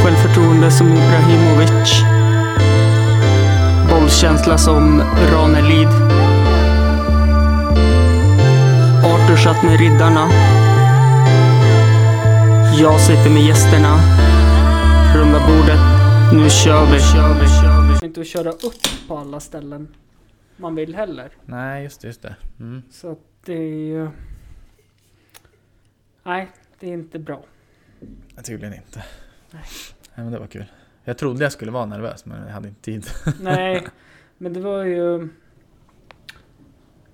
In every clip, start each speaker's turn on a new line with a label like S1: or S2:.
S1: Bollsinne som Ibrahimovic. Bollkänsla som Ranelid. Arthur satt med riddarna. Jag sitter med gästerna. Runda bordet. Nu kör vi. Inte att köra upp på alla ställen man vill heller.
S2: Nej, just det. Just det. Mm.
S1: Så att det är ju... Nej, det är inte bra.
S2: Tydligen inte. Nej. men det var kul. Jag trodde jag skulle vara nervös men jag hade inte tid.
S1: Nej, men det var ju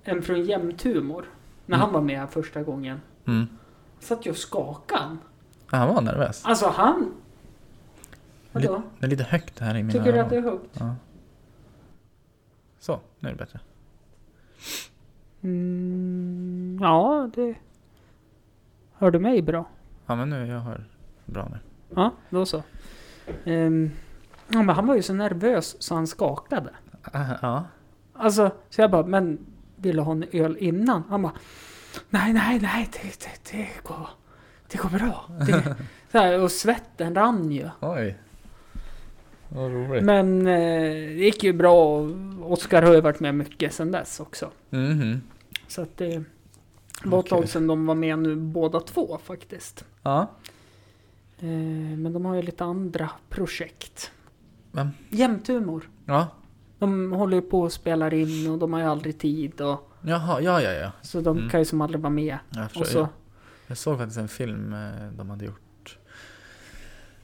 S1: en från Jämthumor. När han var med här första gången.
S2: Mm.
S1: Satt jag och skakade han.
S2: Ja, Han var nervös.
S1: Alltså han... Vadå?
S2: Li- det är lite högt här i mina
S1: Tycker du att
S2: öron.
S1: det är högt?
S2: Ja. Så, nu är det bättre.
S1: Mm, ja, det... Hör du mig bra?
S2: Ja men nu, jag hör bra nu.
S1: Ja, då så. Ehm, ja, men han var ju så nervös så han skakade.
S2: Ah, Ja.
S1: Alltså, så jag bara, men vill du ha en öl innan? Han bara, nej, nej, nej, det, det, det, går, det går bra. Det, så här, och svetten rann ju.
S2: Oj. Vad roligt.
S1: Men eh, det gick ju bra och Oskar har ju varit med mycket sedan dess också.
S2: Mhm.
S1: Så att det var ett
S2: Okej.
S1: tag sedan de var med nu båda två faktiskt.
S2: Ja.
S1: Eh, men de har ju lite andra projekt.
S2: Vem?
S1: Jämthumor.
S2: Ja.
S1: De håller ju på och spelar in och de har ju aldrig tid. Och,
S2: Jaha, ja ja ja.
S1: så de
S2: Mm.
S1: kan ju som aldrig vara med.
S2: Jag,
S1: Och
S2: förstår,
S1: så,
S2: jag, jag såg faktiskt en film eh, de hade gjort.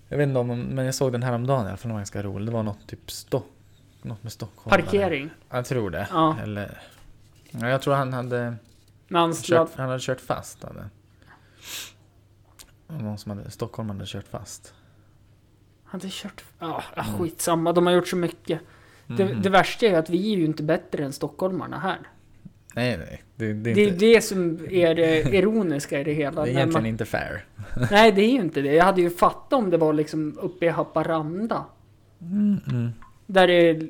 S2: Jag vet inte om, men jag såg den häromdagen i alla fall. Den var ganska rolig. Det var något typ stock. Något med Stockholm.
S1: parkering.
S2: Jag tror det.
S1: Ja. Alltså,
S2: Eller, ja, jag tror han hade
S1: När han sladd...
S2: kört, han hade kört fast. Hade. Någon som hade, Stockholm hade kört fast.
S1: Han hade kört... Ja, ah,
S2: Mm.
S1: skitsamma. De har gjort så mycket. Det, det värsta är att vi är ju inte bättre än stockholmarna här.
S2: Nej, nej. Det, det, är,
S1: Det är
S2: inte,
S1: det som är det ironiska i det
S2: det
S1: hela.
S2: är
S1: När
S2: egentligen
S1: man,
S2: inte fair.
S1: nej, det är ju inte det. Jag hade ju fattat om det var liksom uppe i Haparanda. Där det...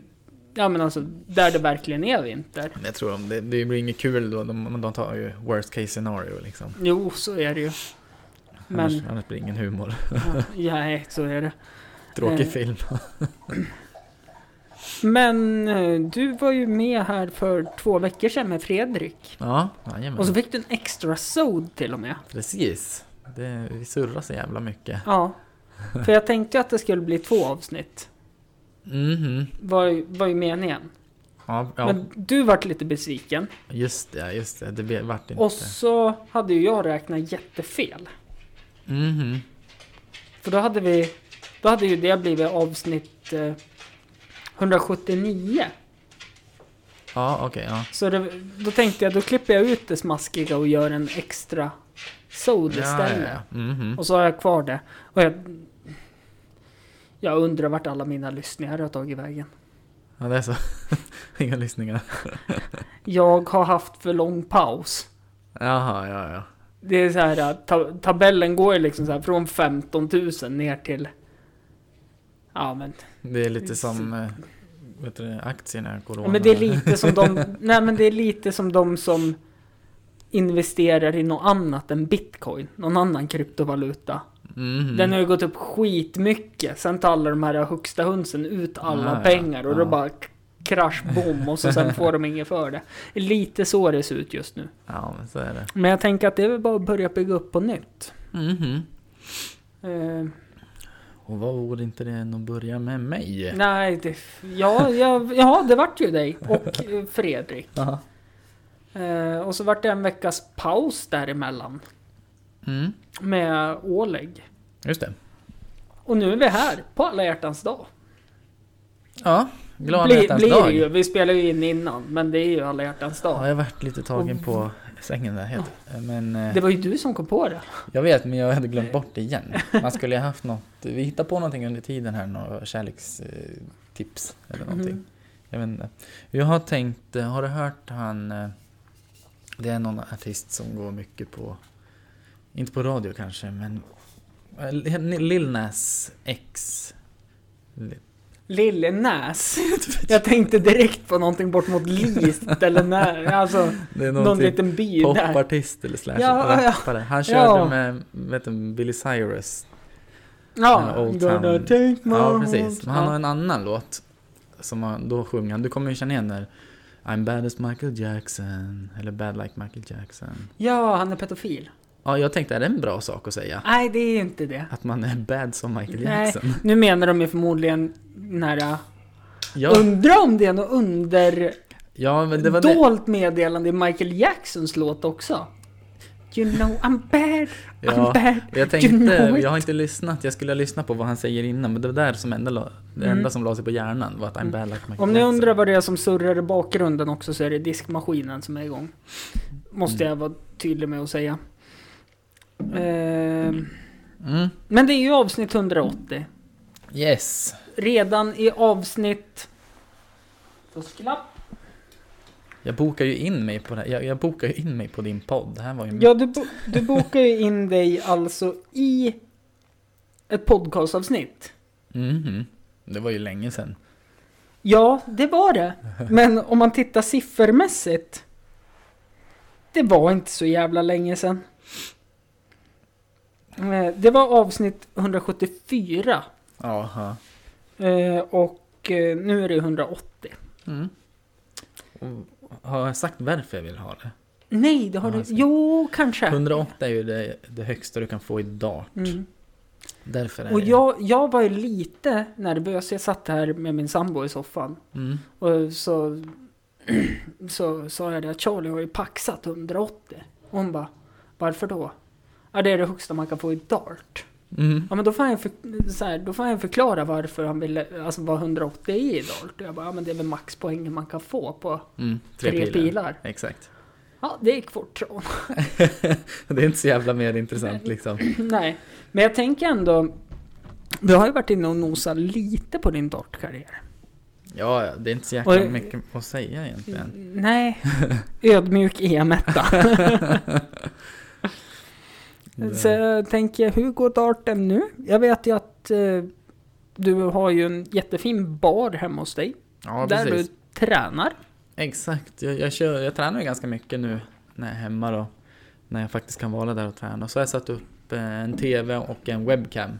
S1: Ja men alltså, där det verkligen är vinter.
S2: Men jag tror de, det, det blir inget kul då. De, de tar ju worst case scenario liksom.
S1: Jo, så är det ju. Men,
S2: Annars, annars blir det ingen humor.
S1: ja, nej, så är det. Eh.
S2: Tråkig film.
S1: Men eh, du var ju med här för två veckor sedan med Fredrik.
S2: Ja, jajamän.
S1: Och så fick du en extra sod till och med.
S2: Precis. Det, vi surrar så jävla mycket.
S1: Ja. För jag tänkte ju att det skulle bli två avsnitt.
S2: Mhm.
S1: Var, ju- var ju meningen.
S2: Ja, ja.
S1: Men du vart lite besviken.
S2: just det, just det. Det blev- vart inte...
S1: Och så hade ju jag räknat jättefel.
S2: Mhm.
S1: För då hade vi... Då hade ju det blivit avsnitt eh, 179.
S2: Ja, okej. ja.
S1: Så det, då tänkte jag, då klipper jag ut det smaskiga och gör en extra sod
S2: ja,
S1: istället.
S2: ja, ja. Mhm.
S1: Och så har jag kvar det. Och jag, jag undrar vart alla mina lyssningar har tagit vägen.
S2: ja, det är så. Inga lyssningar.
S1: Jag har haft för lång paus.
S2: Jaha, ja, ja.
S1: Det är så här, att ta, tabellen går ju liksom så här från 15 000 ner till... Ja men,
S2: Det är lite som eh, vet du, aktierna, corona.
S1: ja, men det är lite som de... Nej men det är lite som de som investerar i något annat än bitcoin. Någon annan kryptovaluta.
S2: Mhm.
S1: Den har ju gått upp skitmycket. Sen tar alla de här högsta hönsen ut alla
S2: Ah, ja.
S1: pengar och då
S2: Ja.
S1: bara k- krasch bom och så sen får de inget för det. Lite så det ser ut just nu.
S2: Ja, men så är det.
S1: Men jag tänker att det är väl bara att börja bygga upp på nytt.
S2: Mhm.
S1: Eh,
S2: Och vad vore inte det än att börja med mig?
S1: nej, det, ja, ja, ja, det vart ju dig och eh, Fredrik.
S2: Ja.
S1: Eh, och så vart det en veckas paus däremellan
S2: Mm.
S1: med ålägg.
S2: Just det.
S1: Och nu är vi här på alla hjärtans dag.
S2: Ja, glad
S1: Blir-
S2: hjärtans
S1: blir det
S2: dag.
S1: ju. Vi spelar ju in innan, men det är ju alla hjärtans dag.
S2: Ja, jag varit lite tagen på sängen där helt. Men, eh,
S1: Det var ju du som kom på det.
S2: Jag vet, men jag hade glömt bort det igen. Man skulle ju haft något. Vi hittade på någonting under tiden här, några kärlekstips eller
S1: Mhm.
S2: någonting. Jag vet inte. Jag har tänkt, eh, har du hört han, eh, det är någon artist som går mycket på, inte på radio kanske, men eh, Lil Nas X. Li-
S1: Lillenäs. Jag tänkte direkt på någonting bort mot List eller när, alltså
S2: Det är
S1: någon
S2: typ någonting.
S1: liten by där.
S2: Popartist eller slash
S1: Ja, ja.
S2: rappare. Han
S1: Ja.
S2: körde med vet du, Billy Cyrus.
S1: Ja,
S2: här Old
S1: gonna
S2: Town.
S1: take my
S2: Ja, precis.
S1: horse.
S2: Men han har en annan låt. Som han, då sjunger han, du kommer ju känna igen när I'm bad as Michael Jackson. Eller bad like Michael Jackson.
S1: Ja, han är pedofil.
S2: Ja, jag tänkte, är det en bra sak att säga?
S1: Nej, det är inte det.
S2: Att man är bad som Michael
S1: Nej.
S2: Jackson.
S1: Nu menar de ju förmodligen den här... äh,
S2: Ja,
S1: Undrar om det är något under...
S2: ja men det var det.
S1: dolt meddelande i Michael Jacksons låt också. You know I'm bad, I'm
S2: Ja,
S1: bad.
S2: jag
S1: You
S2: tänkte,
S1: know it.
S2: jag har inte lyssnat. Jag skulle lyssna på vad han säger innan. Men det var där som enda, la- det enda
S1: Mm.
S2: som la sig på hjärnan var att I'm bad like Michael
S1: Om ni
S2: Jackson.
S1: undrar vad det är som surrar i bakgrunden också så är det diskmaskinen som är igång. Måste jag vara tydlig med att säga. Ehm,
S2: Mm.
S1: Men det är ju avsnitt 180.
S2: Yes.
S1: Redan i avsnitt... Fusklapp.
S2: Jag bokar ju in mig på det här. Jag, jag bokar ju in mig på din podd. Det här var ju...
S1: Ja, du, bo- du bokar ju in dig alltså i ett podcastavsnitt.
S2: Mhm. Det var ju länge sedan.
S1: Ja, det var det. Men om man tittar siffermässigt. Det var inte så jävla länge sedan. Eh, Det var avsnitt 174.
S2: Jaha.
S1: eh, Och eh, nu är det 180.
S2: Mm. Och har jag sagt varför jag vill ha det?
S1: Nej, det har
S2: Ja,
S1: du...
S2: alltså.
S1: Jo, kanske.
S2: 108 är ju det, det högsta du kan få i dart.
S1: Mm.
S2: Därför är
S1: Och
S2: det-
S1: jag, jag var ju lite nervös. Jag satt här med min sambo i soffan.
S2: Mm.
S1: Och så, så sa jag det att Charlie har ju paxat 180. Och hon bara, varför då? Ja, det är det högsta man kan få i dart.
S2: Mm.
S1: Ja, men då får han, för, så här, då får han förklara varför han ville, alltså vad 180 är i dart. Och jag bara, ja, men det är väl maxpoängen man kan få på
S2: Mm.
S1: tre,
S2: Tre, pilar.
S1: pilar.
S2: Exakt.
S1: Ja, det gick fort så.
S2: Det är inte så jävla mer intressant liksom.
S1: Nej, men jag tänker ändå, du har ju varit inne och nosat lite på din dartkarriär.
S2: Ja, ja, det är inte så jäkla
S1: Och- Mm.
S2: mycket att säga egentligen.
S1: Nej, ödmjuk EM-etta. Så
S2: Det-
S1: jag tänker, hur går darten nu? Jag vet ju att eh, du har ju en jättefin bar hemma hos dig.
S2: Ja,
S1: där
S2: precis.
S1: du tränar.
S2: Exakt. Jag, jag, kör, jag tränar ju ganska mycket nu när jag är hemma då. När jag faktiskt kan vara där och träna. Så har jag satt upp eh, en TV och en webcam.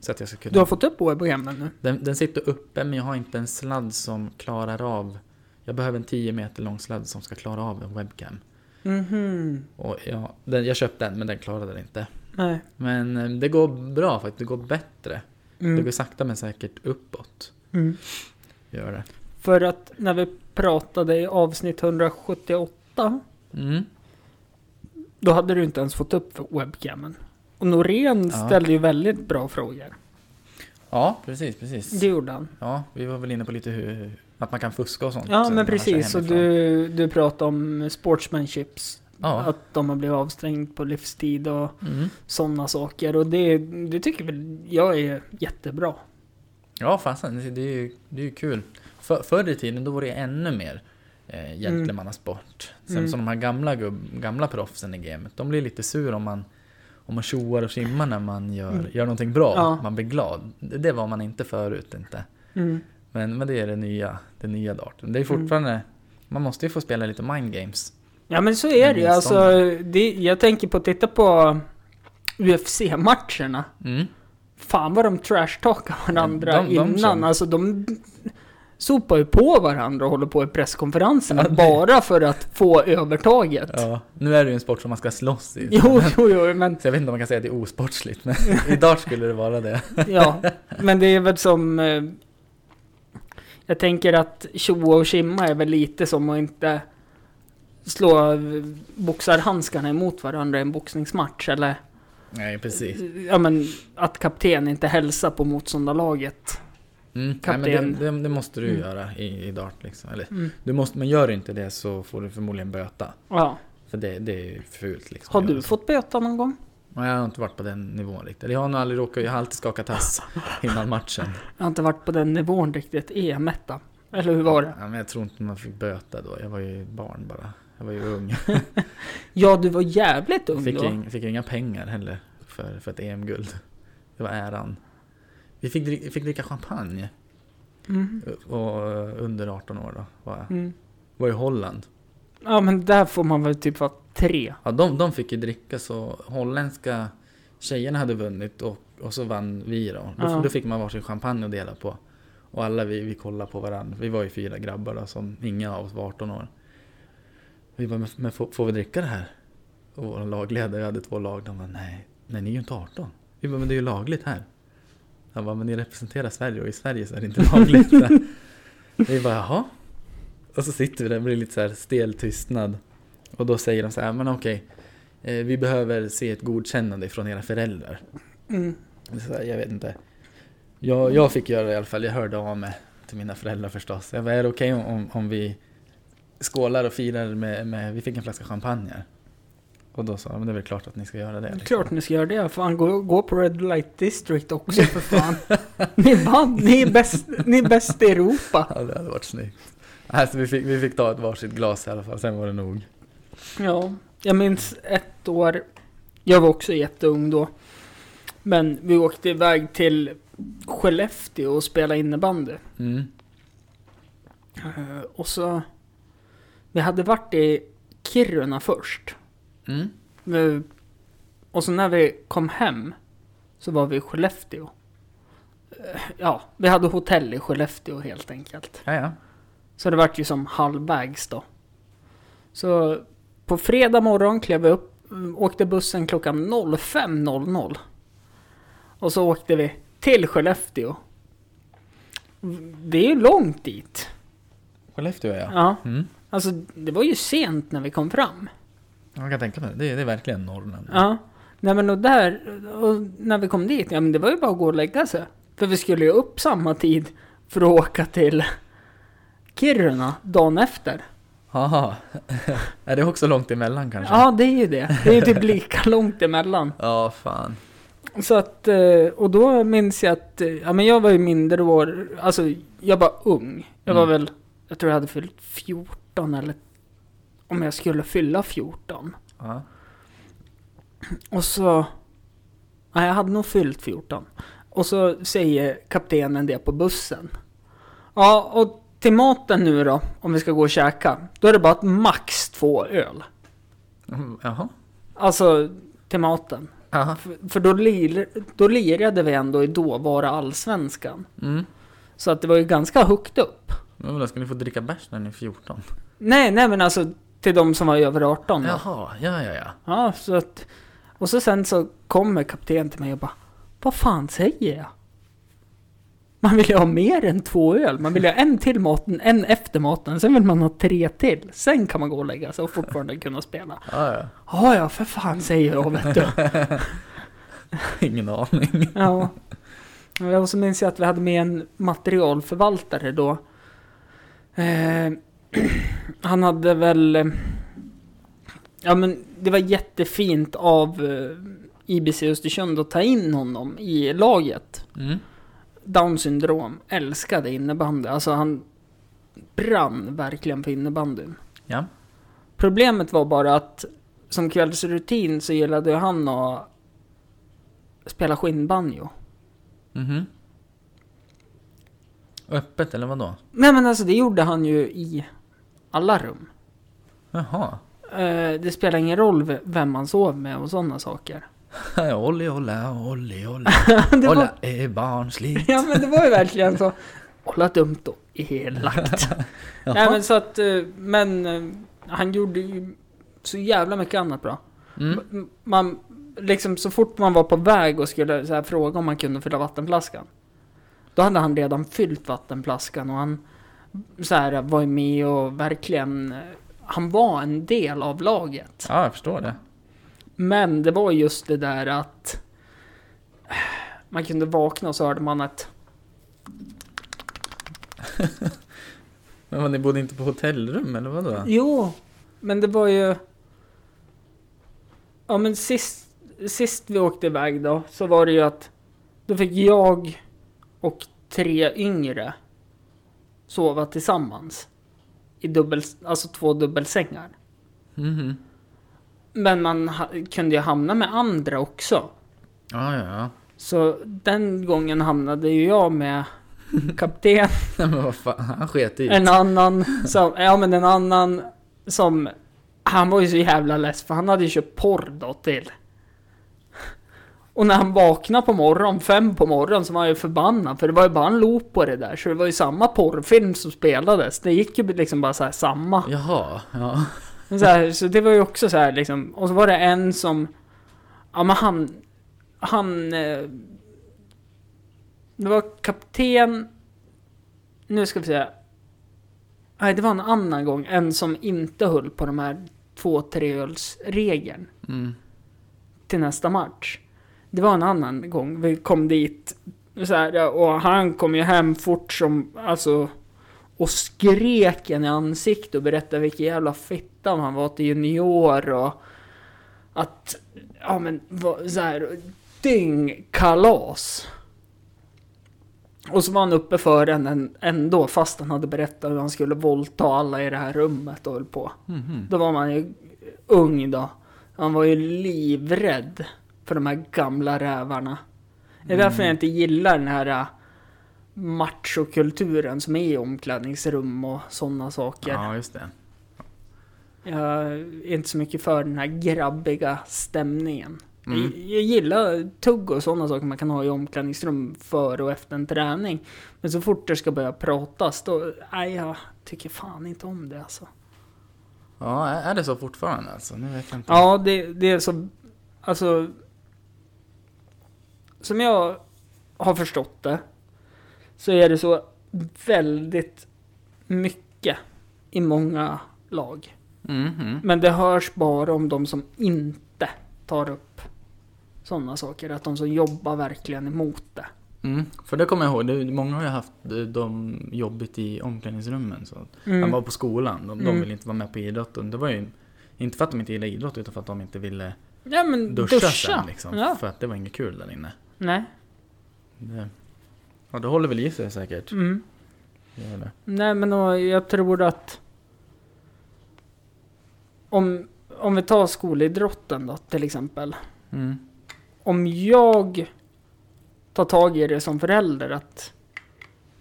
S2: Så att jag ska kunna...
S1: Du har fått upp webprogrammen nu.
S2: Den, den sitter uppe men jag har inte en sladd som klarar av... Jag behöver en 10 meter lång sladd som ska klara av en webcam.
S1: Mhm.
S2: Och jag, den, jag köpte den men den klarade den inte.
S1: Nej.
S2: Men eh, det går bra faktiskt, det går bättre. Det går
S1: Mm.
S2: sakta men säkert uppåt.
S1: Mm.
S2: Gör det.
S1: För att när vi pratade i avsnitt 178,
S2: Mm.
S1: då hade du inte ens fått upp webcamen. Och Norén
S2: Ja.
S1: ställde ju väldigt bra frågor.
S2: Ja, precis, precis.
S1: Det gjorde han.
S2: Ja, vi var väl inne på lite hur... Att man kan fuska och sånt.
S1: Ja,
S2: eh, när
S1: men
S2: man kör
S1: precis. Och
S2: hemifrån.
S1: du, du pratade om sportsmanships.
S2: Ja.
S1: Att de har blivit avstängd på livstid och
S2: Mm.
S1: sådana saker. Och det, det tycker väl jag är jättebra.
S2: Ja, fasen. det- Det är ju, det är ju kul. För, förr i tiden då var det ännu mer eh, gentlemannasport. Sen
S1: Mm.
S2: så de här gamla, gubb, gamla proffsen i gamet, de blir lite sur om man om man tjoar och simmar när man gör,
S1: Mm.
S2: gör någonting bra,
S1: Ja.
S2: man blir glad. Det, det var man inte förut inte. Men, men det är det nya, det nya darten. Det är
S1: Mm.
S2: fortfarande, man måste ju få spela lite mind games.
S1: Ja men så är det ju.
S2: Men
S1: Alltså,
S2: motståndare.
S1: det, jag tänker på att titta på UFC-matcherna.
S2: Mm.
S1: Fan vad de trashtalkar varandra
S2: Ja, de- de
S1: innan.
S2: som-
S1: Alltså de sopar ju på varandra och håller på i presskonferenserna
S2: Ja, det-
S1: bara för att få övertaget.
S2: Ja. Nu är det ju en sport som man ska slåss i.
S1: Jo, jo, jo, men,
S2: Så jag vet inte om man kan säga att det är osportsligt, men i dart skulle det vara det.
S1: ja, men det är väl som... eh, Jag tänker att tjoa och tjimma är väl lite som att inte slå eh, boxarhandskarna emot varandra i en boxningsmatch. Eller
S2: Nej, precis.
S1: ja, men, att kapten inte hälsar på motståndarlaget.
S2: Mm. Nej, men
S1: kapten.
S2: det, det, det måste du
S1: Mm.
S2: göra i, i dart. Liksom. Eller,
S1: Mm.
S2: du måste, men gör du inte det så får du förmodligen böta.
S1: Ja.
S2: För det, det är ju fult. Liksom,
S1: Har
S2: att
S1: du
S2: göra så.
S1: fått böta någon gång?
S2: Nej, jag har inte varit på den nivån riktigt. Jag har nog aldrig råkat, jag har alltid skakat tass innan matchen.
S1: Jag har inte varit på den nivån riktigt. E em -etta. Eller hur var det?
S2: Ja, men jag tror inte man fick böta då. Jag var ju barn bara. Jag var ju ung.
S1: Ja, du var jävligt ung
S2: Fick,
S1: då.
S2: ju ing, fick ju inga pengar heller för, för ett EM-guld. Det var äran. Vi fick, dri- fick dricka champagne
S1: Mm.
S2: och, eh, under 18 år då. Var, jag.
S1: Mm.
S2: var i Holland.
S1: Ja, men där får man väl typ vara tre.
S2: Ja, de, de fick ju dricka så holländska tjejerna hade vunnit och, och så vann vi då. Då,
S1: Ja.
S2: då fick man varsin champagne att dela på. Och alla vi, vi kollade på varandra. Vi var ju fyra grabbar då, som inga av oss var 18 år. Vi bara, men, men får, får vi dricka det här? Och vår lagledare, vi hade två lag, de bara, nej, nej ni är ju inte 18. Vi bara, men det är ju lagligt här. Han bara, men ni representerar Sverige och i Sverige så är det inte lagligt. vi bara, jaha? Och så sitter vi där, det blir lite så här stel tystnad. Och då säger de så här, men okej, eh, vi behöver se ett godkännande från era föräldrar.
S1: Mm.
S2: Så här, jag vet inte. Jag, jag fick göra det i alla fall, jag hörde av mig till mina föräldrar förstås. Jag bara, är det okej om- om, om vi skålar och firar med, med, vi fick en flaska champagne här. Och då sa de, men det är väl klart att ni ska göra det. liksom."
S1: Klart ni ska göra det. Fan, gå, gå på Red Light District också för fan. ni vann. Ni är bäst, ni är bäst i Europa.
S2: Ja, det hade varit snyggt. Alltså, vi, fick, vi fick ta ett varsitt glas i alla fall, sen var det nog.
S1: Ja, jag minns ett år. Jag var också jätteung då. Men vi åkte iväg till Skellefteå och spelade innebandy.
S2: Mm.
S1: Eh, Och så... Vi hade varit i Kiruna först.
S2: Mm.
S1: Vi- Och så när vi kom hem så var vi i Skellefteå. Eh, Ja, vi hade hotell i Skellefteå helt enkelt.
S2: Ja, ja.
S1: Så det vart ju som halvvägs då. Så på fredag morgon klev vi upp, mm, åkte bussen klockan 05.00. Och så åkte vi till Skellefteå. Det är ju långt dit.
S2: Skellefteå ja.
S1: Ja,
S2: Mm.
S1: alltså det var ju sent när vi kom fram.
S2: Jag kan tänka mig det. Det, det är verkligen Norrland.
S1: Ja. Nej men och där, och när vi kom dit, ja men det var ju bara att gå och lägga sig. För vi skulle ju upp samma tid för att åka till Kiruna dagen efter.
S2: Aha. är det också långt emellan kanske?
S1: Ja, det är ju det. Det är ju typ lika långt emellan.
S2: Ja, fan.
S1: Så att, eh, och då minns jag att, eh, ja men jag var ju mindre år, alltså jag var ung. Jag var
S2: Mm.
S1: väl, jag tror jag hade fyllt 14 eller om jag skulle fylla 14.
S2: Ja.
S1: Och så, nej jag hade nog fyllt 14. Och så säger kaptenen det på bussen. Ja, och till maten nu då, om vi ska gå och käka, då är det bara att max två öl.
S2: Mm, Jaha.
S1: Alltså, till maten.
S2: Aha.
S1: För, för då, lir, då lirade vi ändå i dåvara allsvenskan.
S2: Mm.
S1: Så att det var ju ganska högt upp.
S2: Men då ska ni få dricka bärs när ni är 14?
S1: Nej, nej men alltså till de som var över 18
S2: Mm.
S1: då.
S2: Jaha, ja ja ja.
S1: Ja, så att... Och så sen så kommer kaptenen till mig och bara Vad fan säger jag? Man vill ju ha mer än två öl. Man vill ju ha en till maten, en efter maten. Sen vill man ha tre till. Sen kan man gå och lägga sig och fortfarande kunna spela.
S2: ja, ja.
S1: Ja, ja, för fan säger jag vet du.
S2: Ingen aning.
S1: Ja. Ja, Och så minns jag att vi hade med en materialförvaltare då. Eh, han hade väl... eh, Ja men det var jättefint av eh, IBC Östersund att ta in honom i laget.
S2: Mm.
S1: Down syndrom, älskade innebandy. Alltså han brann verkligen för innebandyn.
S2: Ja.
S1: Problemet var bara att som kvällsrutin så gillade ju han att spela skinnbanjo.
S2: Mhm. Öppet eller vadå?
S1: Nej men alltså det gjorde han ju i alla rum.
S2: Jaha.
S1: Eh, det spelar ingen roll v- vem man sov med och sådana saker.
S2: Olli olla, olli olla.
S1: det var,
S2: Olla är barnslig.
S1: ja men det var ju verkligen så. Kolla dumt och elakt. Nej men så att, eh, men eh, han gjorde ju så jävla mycket annat bra.
S2: Mm.
S1: M- Man, liksom så fort man var på väg och skulle så här, fråga om man kunde fylla vattenflaskan. Då hade han redan fyllt vattenflaskan och han så här, var ju med och verkligen, eh, han var en del av laget.
S2: Ja, jag förstår det.
S1: Men det var just det där att eh, man kunde vakna och så hörde man att
S2: Men vad, ni bodde inte på hotellrum eller vadå?
S1: Jo, men det var ju... Ja men sist, sist vi åkte iväg då så var det ju att då fick jag och tre yngre sova tillsammans. I dubbel, alltså två dubbelsängar.
S2: Mhm.
S1: Men man ha, kunde ju hamna med andra också.
S2: Ja, ja, ja.
S1: Så den gången hamnade ju jag med kapten
S2: Nej, men vad fan, han sket i
S1: En annan som, ja men en annan som, han var ju så jävla less för han hade ju köpt porr då till. Och när han vaknar på morgonen, fem på morgonen, så var han ju förbannad. För det var ju bara en loop på det där. Så det var ju samma porrfilm som spelades. Det gick ju liksom bara så här samma.
S2: Jaha, ja.
S1: Men Så, här, så det var ju också så här liksom, och så var det en som, ja men han, han, eh, det var kapten, nu ska vi se, nej det var en annan gång, en som inte höll på de här två treölsregeln
S2: Mm.
S1: till nästa match. Det var en annan gång, vi kom dit, så här, och han kom ju hem fort som, alltså, och skrek en i ansiktet och berättade vilken jävla fitta han var till junior och att, ja men vad- så här, dyngkalas. Och så var han uppe för den än- ändå fast han hade berättat hur han skulle våldta alla i det här rummet och höll på.
S2: Mhm.
S1: Då var man ju ung då. Han var ju livrädd för de här gamla rävarna. Det är därför jag
S2: Mm.
S1: inte gillar den här äh, machokulturen som är i omklädningsrum och sådana saker.
S2: Ja, just det.
S1: Jag är inte så mycket för den här grabbiga stämningen.
S2: Mm.
S1: Jag, jag gillar tugg och sådana saker man kan ha i omklädningsrum före och efter en träning. Men så fort det ska börja pratas då, nej jag tycker fan inte om det alltså.
S2: Ja, är är det så fortfarande alltså? Nu vet jag inte.
S1: Ja, det, det är så... Alltså... Som jag har förstått det så är det så väldigt mycket i många lag.
S2: Mhm.
S1: Men det hörs bara om de som inte tar upp sådana saker. Att de som jobbar verkligen emot det.
S2: Mm. För det kommer jag ihåg, det, många har ju haft de, de jobbigt i omklädningsrummen. Så. Han var på skolan, de, de
S1: Mm.
S2: ville inte vara med på idrotten. Det var ju inte för att de inte gillade idrott utan för att de inte ville
S1: Ja, men
S2: duscha,
S1: duscha.
S2: sen liksom.
S1: Ja.
S2: För att det var inget kul där inne.
S1: Nej.
S2: Det, ja, det håller väl i sig säkert.
S1: Mm.
S2: Det gör det.
S1: Nej, men då, jag tror att... Om, om vi tar skolidrotten då, till exempel.
S2: Mm.
S1: Om jag tar tag i det som förälder, att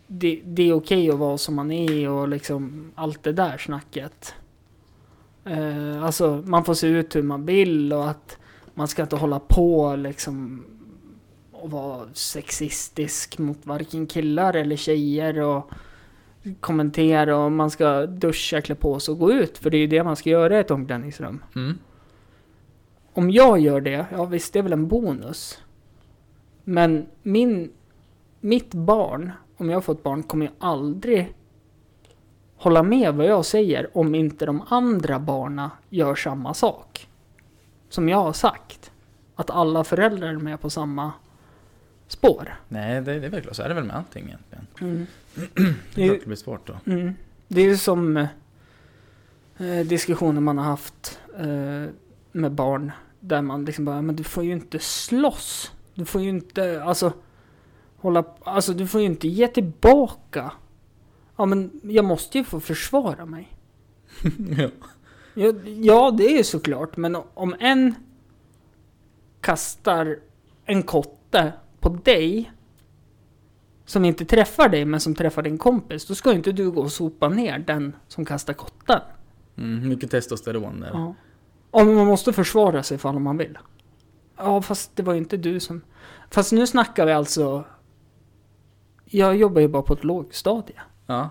S1: det, det är okej att vara som man är och liksom allt det där snacket. Eh, alltså, man får se ut hur man vill och att man ska inte hålla på liksom och vara sexistisk mot varken killar eller tjejer och kommentera och man ska duscha, klä på sig och gå ut. För det är ju det man ska göra i ett omklädningsrum.
S2: Mm.
S1: Om jag gör det, ja visst det är väl en bonus. Men min, mitt barn, om jag får ett barn, kommer ju aldrig hålla med vad jag säger om inte de andra barna gör samma sak. Som jag har sagt. Att alla föräldrar är med på samma spår.
S2: Nej, det, det är väl klart. Så är det väl med allting egentligen. Det
S1: Det-
S2: är klart det blir svårt då.
S1: Mm. Det är ju som eh, diskussioner man har haft eh, med barn. Där man liksom bara, men du får ju inte slåss. Du får ju inte, alltså, hålla, alltså du får ju inte ge tillbaka. Ja men jag måste ju få försvara mig.
S2: ja.
S1: Ja, ja, det är ju såklart. Men om en kastar en kotte på dig som inte träffar dig, men som träffar din kompis, då ska ju inte du gå och sopa ner den som kastar kotten.
S2: Mm, mycket testosteron där.
S1: Ja. Ja, men man måste försvara sig ifall man vill. Ja, fast det var ju inte du som... Fast nu snackar vi alltså... Jag jobbar ju bara på ett lågstadie.
S2: Ja.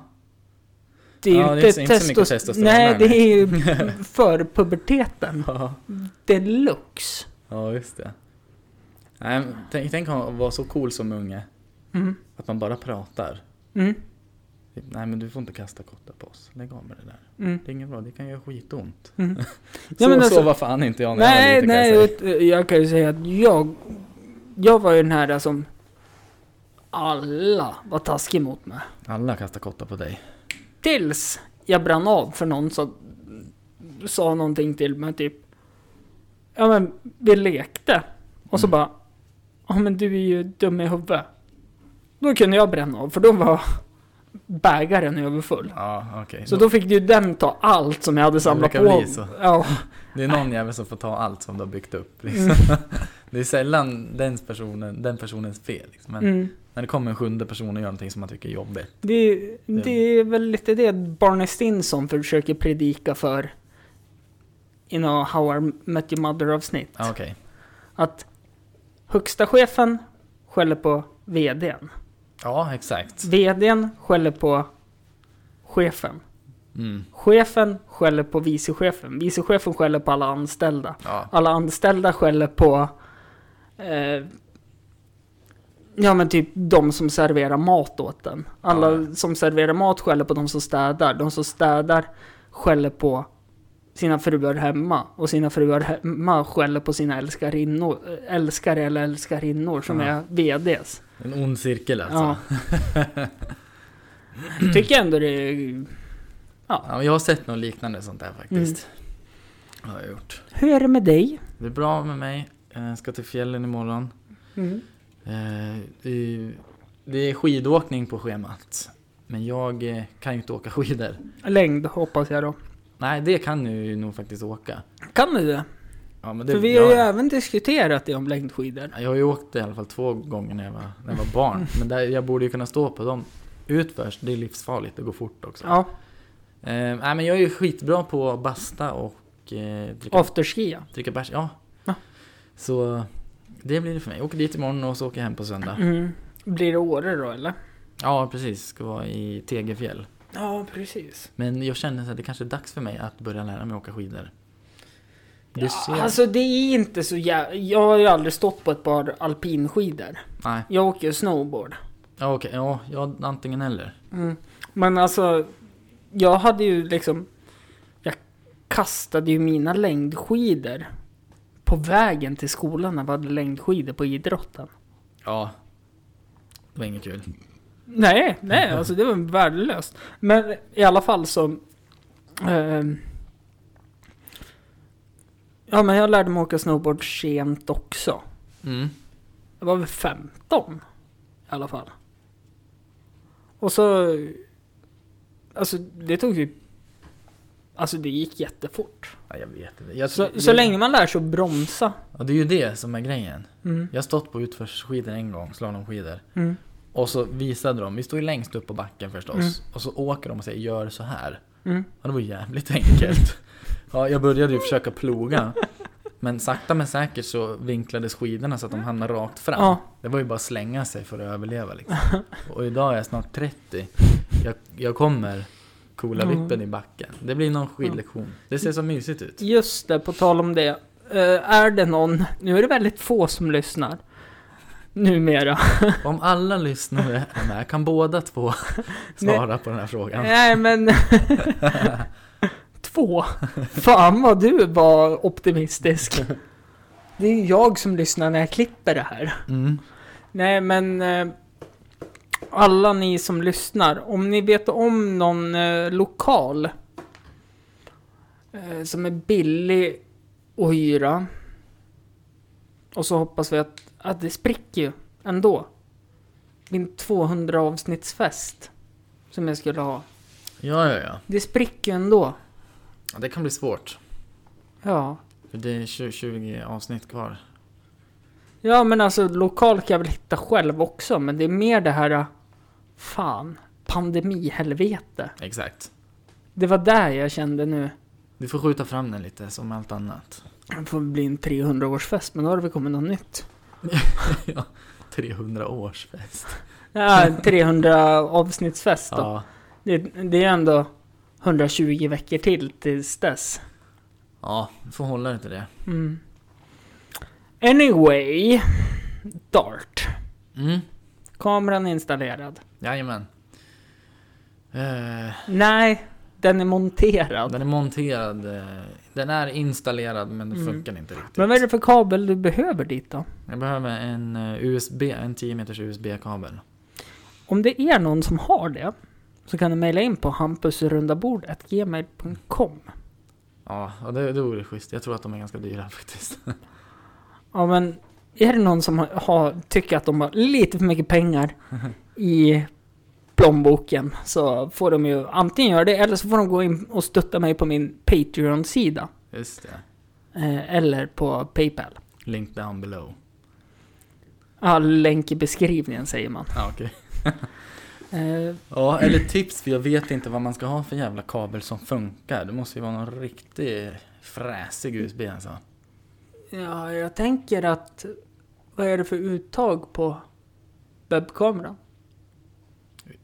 S1: Det är ju
S2: Ja, det
S1: inte,
S2: är inte så- inte så mycket
S1: testos-
S2: testosteron
S1: Nej,
S2: här,
S1: det
S2: nej.
S1: är ju för puberteten.
S2: ja.
S1: Deluxe.
S2: Ja, just det. Nej, men tänk, tänk att vara så cool som unge.
S1: Mm.
S2: Att man bara pratar.
S1: Mm.
S2: Typ, Nej men du får inte kasta kottar på oss. Lägg av med det där.
S1: Mm.
S2: Det är inget bra, det kan göra skitont.
S1: Mm.
S2: så,
S1: Ja, men
S2: så
S1: alltså-
S2: var fan inte jag när jag var
S1: Nej,
S2: liten, kan jag säga.
S1: nej, jag, jag kan ju säga att jag... Jag var ju den här som alla var taskiga mot mig.
S2: Alla kastar kottar på dig.
S1: Tills jag brann av för någon som sa någonting till mig, typ... Ja men, vi lekte. Och
S2: Mm.
S1: så bara... Ja men du är ju dum i huvudet. Då kunde jag bränna av, för då var bägaren överfull.
S2: Ja, okej.
S1: Så då fick ju den ta allt som jag hade samlat
S2: brukar
S1: på.
S2: bli så.
S1: Ja.
S2: Det är någon jävel som får ta allt som du har byggt upp. Liksom.
S1: Mm.
S2: Det är sällan den, personen, den personens fel. Liksom. Men
S1: Mm.
S2: när det kommer en sjunde person och gör någonting som man tycker är jobbigt.
S1: Det, det är väl lite det Barney Stinson försöker predika för i något How I Met Your Mother-avsnitt.
S2: Ja, okej.
S1: Att Högsta chefen skäller på VDn.
S2: Ja, exakt.
S1: VDn skäller på chefen.
S2: Mm.
S1: Chefen skäller på vicechefen. Vicechefen skäller på alla anställda.
S2: Ja.
S1: Alla anställda skäller på... Eh, ja men typ de som serverar mat åt den. Alla
S2: Ja.
S1: som serverar mat skäller på de som städar. De som städar skäller på sina fruar hemma. Och sina fruar hemma skäller på sina älskarinnor, älskare eller älskarinnor som
S2: Ja.
S1: är VDs.
S2: En ond cirkel alltså. Ja.
S1: Ja. Tycker jag ändå det är...
S2: men jag har sett något liknande sånt där faktiskt.
S1: Mm.
S2: Har jag gjort.
S1: Hur är det med dig?
S2: Det är bra med mig. Jag ska till fjällen imorgon.
S1: Mm.
S2: Eh, i- Det är skidåkning på schemat. Men jag eh, kan ju inte åka skidor.
S1: Längd hoppas jag då.
S2: Nej, det kan jag ju nog faktiskt åka.
S1: Kan du det?
S2: Ja, men det
S1: För vi har ju
S2: jag,
S1: även diskuterat det om längdskidor.
S2: jag har ju åkt det i alla fall två gånger när jag var, när jag var barn. Men där, jag borde ju kunna stå på dem. Utförs, det är livsfarligt, det går fort också.
S1: Ja,
S2: Eh, nej, men jag är ju skitbra på att basta och eh, dricka,
S1: afterskia.
S2: dricka bärs. Ja.
S1: Ja.
S2: Så det blir det för mig. Jag åker dit imorgon och så åker jag hem på söndag.
S1: Mm. Blir det Åre då eller?
S2: Ja, precis. Ska vara i Tegefjäll.
S1: Ja, precis.
S2: Men jag känner att det kanske är dags för mig att börja lära mig åka skidor. Du ser...
S1: Alltså det är inte så jä... Jag har ju aldrig stått på ett par alpinskidor.
S2: Nej,
S1: Jag åker ju snowboard.
S2: ja, okej. Ja, ja, antingen eller.
S1: Mm. Men alltså, jag hade ju liksom... Jag kastade ju mina längdskidor på vägen till skolan när vi hade längdskidor på idrotten.
S2: Ja. Det var inget kul.
S1: Nej, nej, alltså det var värdelöst. Men i alla fall så... ehm, ja, men jag lärde mig åka snowboard sent också.
S2: Mm.
S1: Jag var väl 15 i alla fall. Och så... Alltså det tog ju... Alltså det gick jättefort.
S2: Ja, jag vet inte. Jag,
S1: Så, så länge man lär sig att bromsa.
S2: Ja, det är ju det som är grejen.
S1: Mm.
S2: Jag har stått på utförsskidor en gång, slalomskidor. Och så visade de, vi står ju längst upp på backen förstås. Och så åker de och säger gör så här.
S1: Mm.
S2: Ja, det var jävligt enkelt. Ja, jag började ju försöka ploga. Men sakta men säkert så vinklades skidorna så att de hamnade rakt fram.
S1: Ja.
S2: Det var ju bara att slänga sig för att överleva liksom. Och idag är jag snart 30. Jag, jag kommer coola
S1: Mm.
S2: vippen i backen. Det blir någon skidlektion. Det ser så mysigt ut.
S1: Just det, på tal om det. Eh, är det någon... Nu är det väldigt få som lyssnar. Numera.
S2: Om alla lyssnare är med, kan båda två svara på den här frågan?
S1: Nej men... Två. Fan vad du var optimistisk. Det är ju jag som lyssnar när jag klipper det här.
S2: Mm.
S1: Nej, men eh, alla ni som lyssnar, om ni vet om någon eh, lokal eh, som är billig att hyra och så hoppas vi att, att det spricker ju ändå. Min 200 avsnittsfest som jag skulle ha.
S2: Ja, ja, ja.
S1: Det spricker ju ändå.
S2: Ja, Det kan bli svårt.
S1: Ja.
S2: För det är 20, 20 avsnitt kvar.
S1: Ja men alltså lokal kan jag väl hitta själv också men det är mer det här eh, fan pandemihelvete.
S2: Exakt.
S1: Det var där jag kände nu.
S2: Du får skjuta fram den lite, som allt annat.
S1: Det får bli en 300-årsfest, men då har det väl kommit något nytt.
S2: ja, 300 årsfest.
S1: Ja, 300-avsnittsfest då.
S2: Ja.
S1: Det, det är ändå 120 veckor till tills dess.
S2: ja, du får hålla dig till det.
S1: Mm. Anyway, Dart.
S2: Mm,
S1: Kameran är installerad.
S2: jajamän. Eh,
S1: Nej, den är monterad.
S2: den är monterad. eh, Den är installerad men den
S1: Mm.
S2: funkar inte riktigt.
S1: Men vad är det för kabel du behöver dit då?
S2: Jag behöver en eh, USB, en 10 meters USB-kabel.
S1: Om det är någon som har det så kan du mejla in på hampusrundabord.gmail.com
S2: Ja, ja, det, det vore schysst. Jag tror att de är ganska dyra faktiskt.
S1: Ja men är det någon som har, har, tycker att de har lite för mycket pengar i plånboken så får de ju antingen göra det eller så får de gå in och stötta mig på min Patreon-sida.
S2: Just det.
S1: Eh, eller på Paypal.
S2: Link down below.
S1: Ja, länk i beskrivningen säger man.
S2: Ja, okej.
S1: Eh,
S2: Ja, eller tips för jag vet inte vad man ska ha för jävla kabel som funkar. Det måste ju vara någon riktig fräsig USB alltså.
S1: ja, jag tänker att... vad Vad är det för uttag på webbkameran?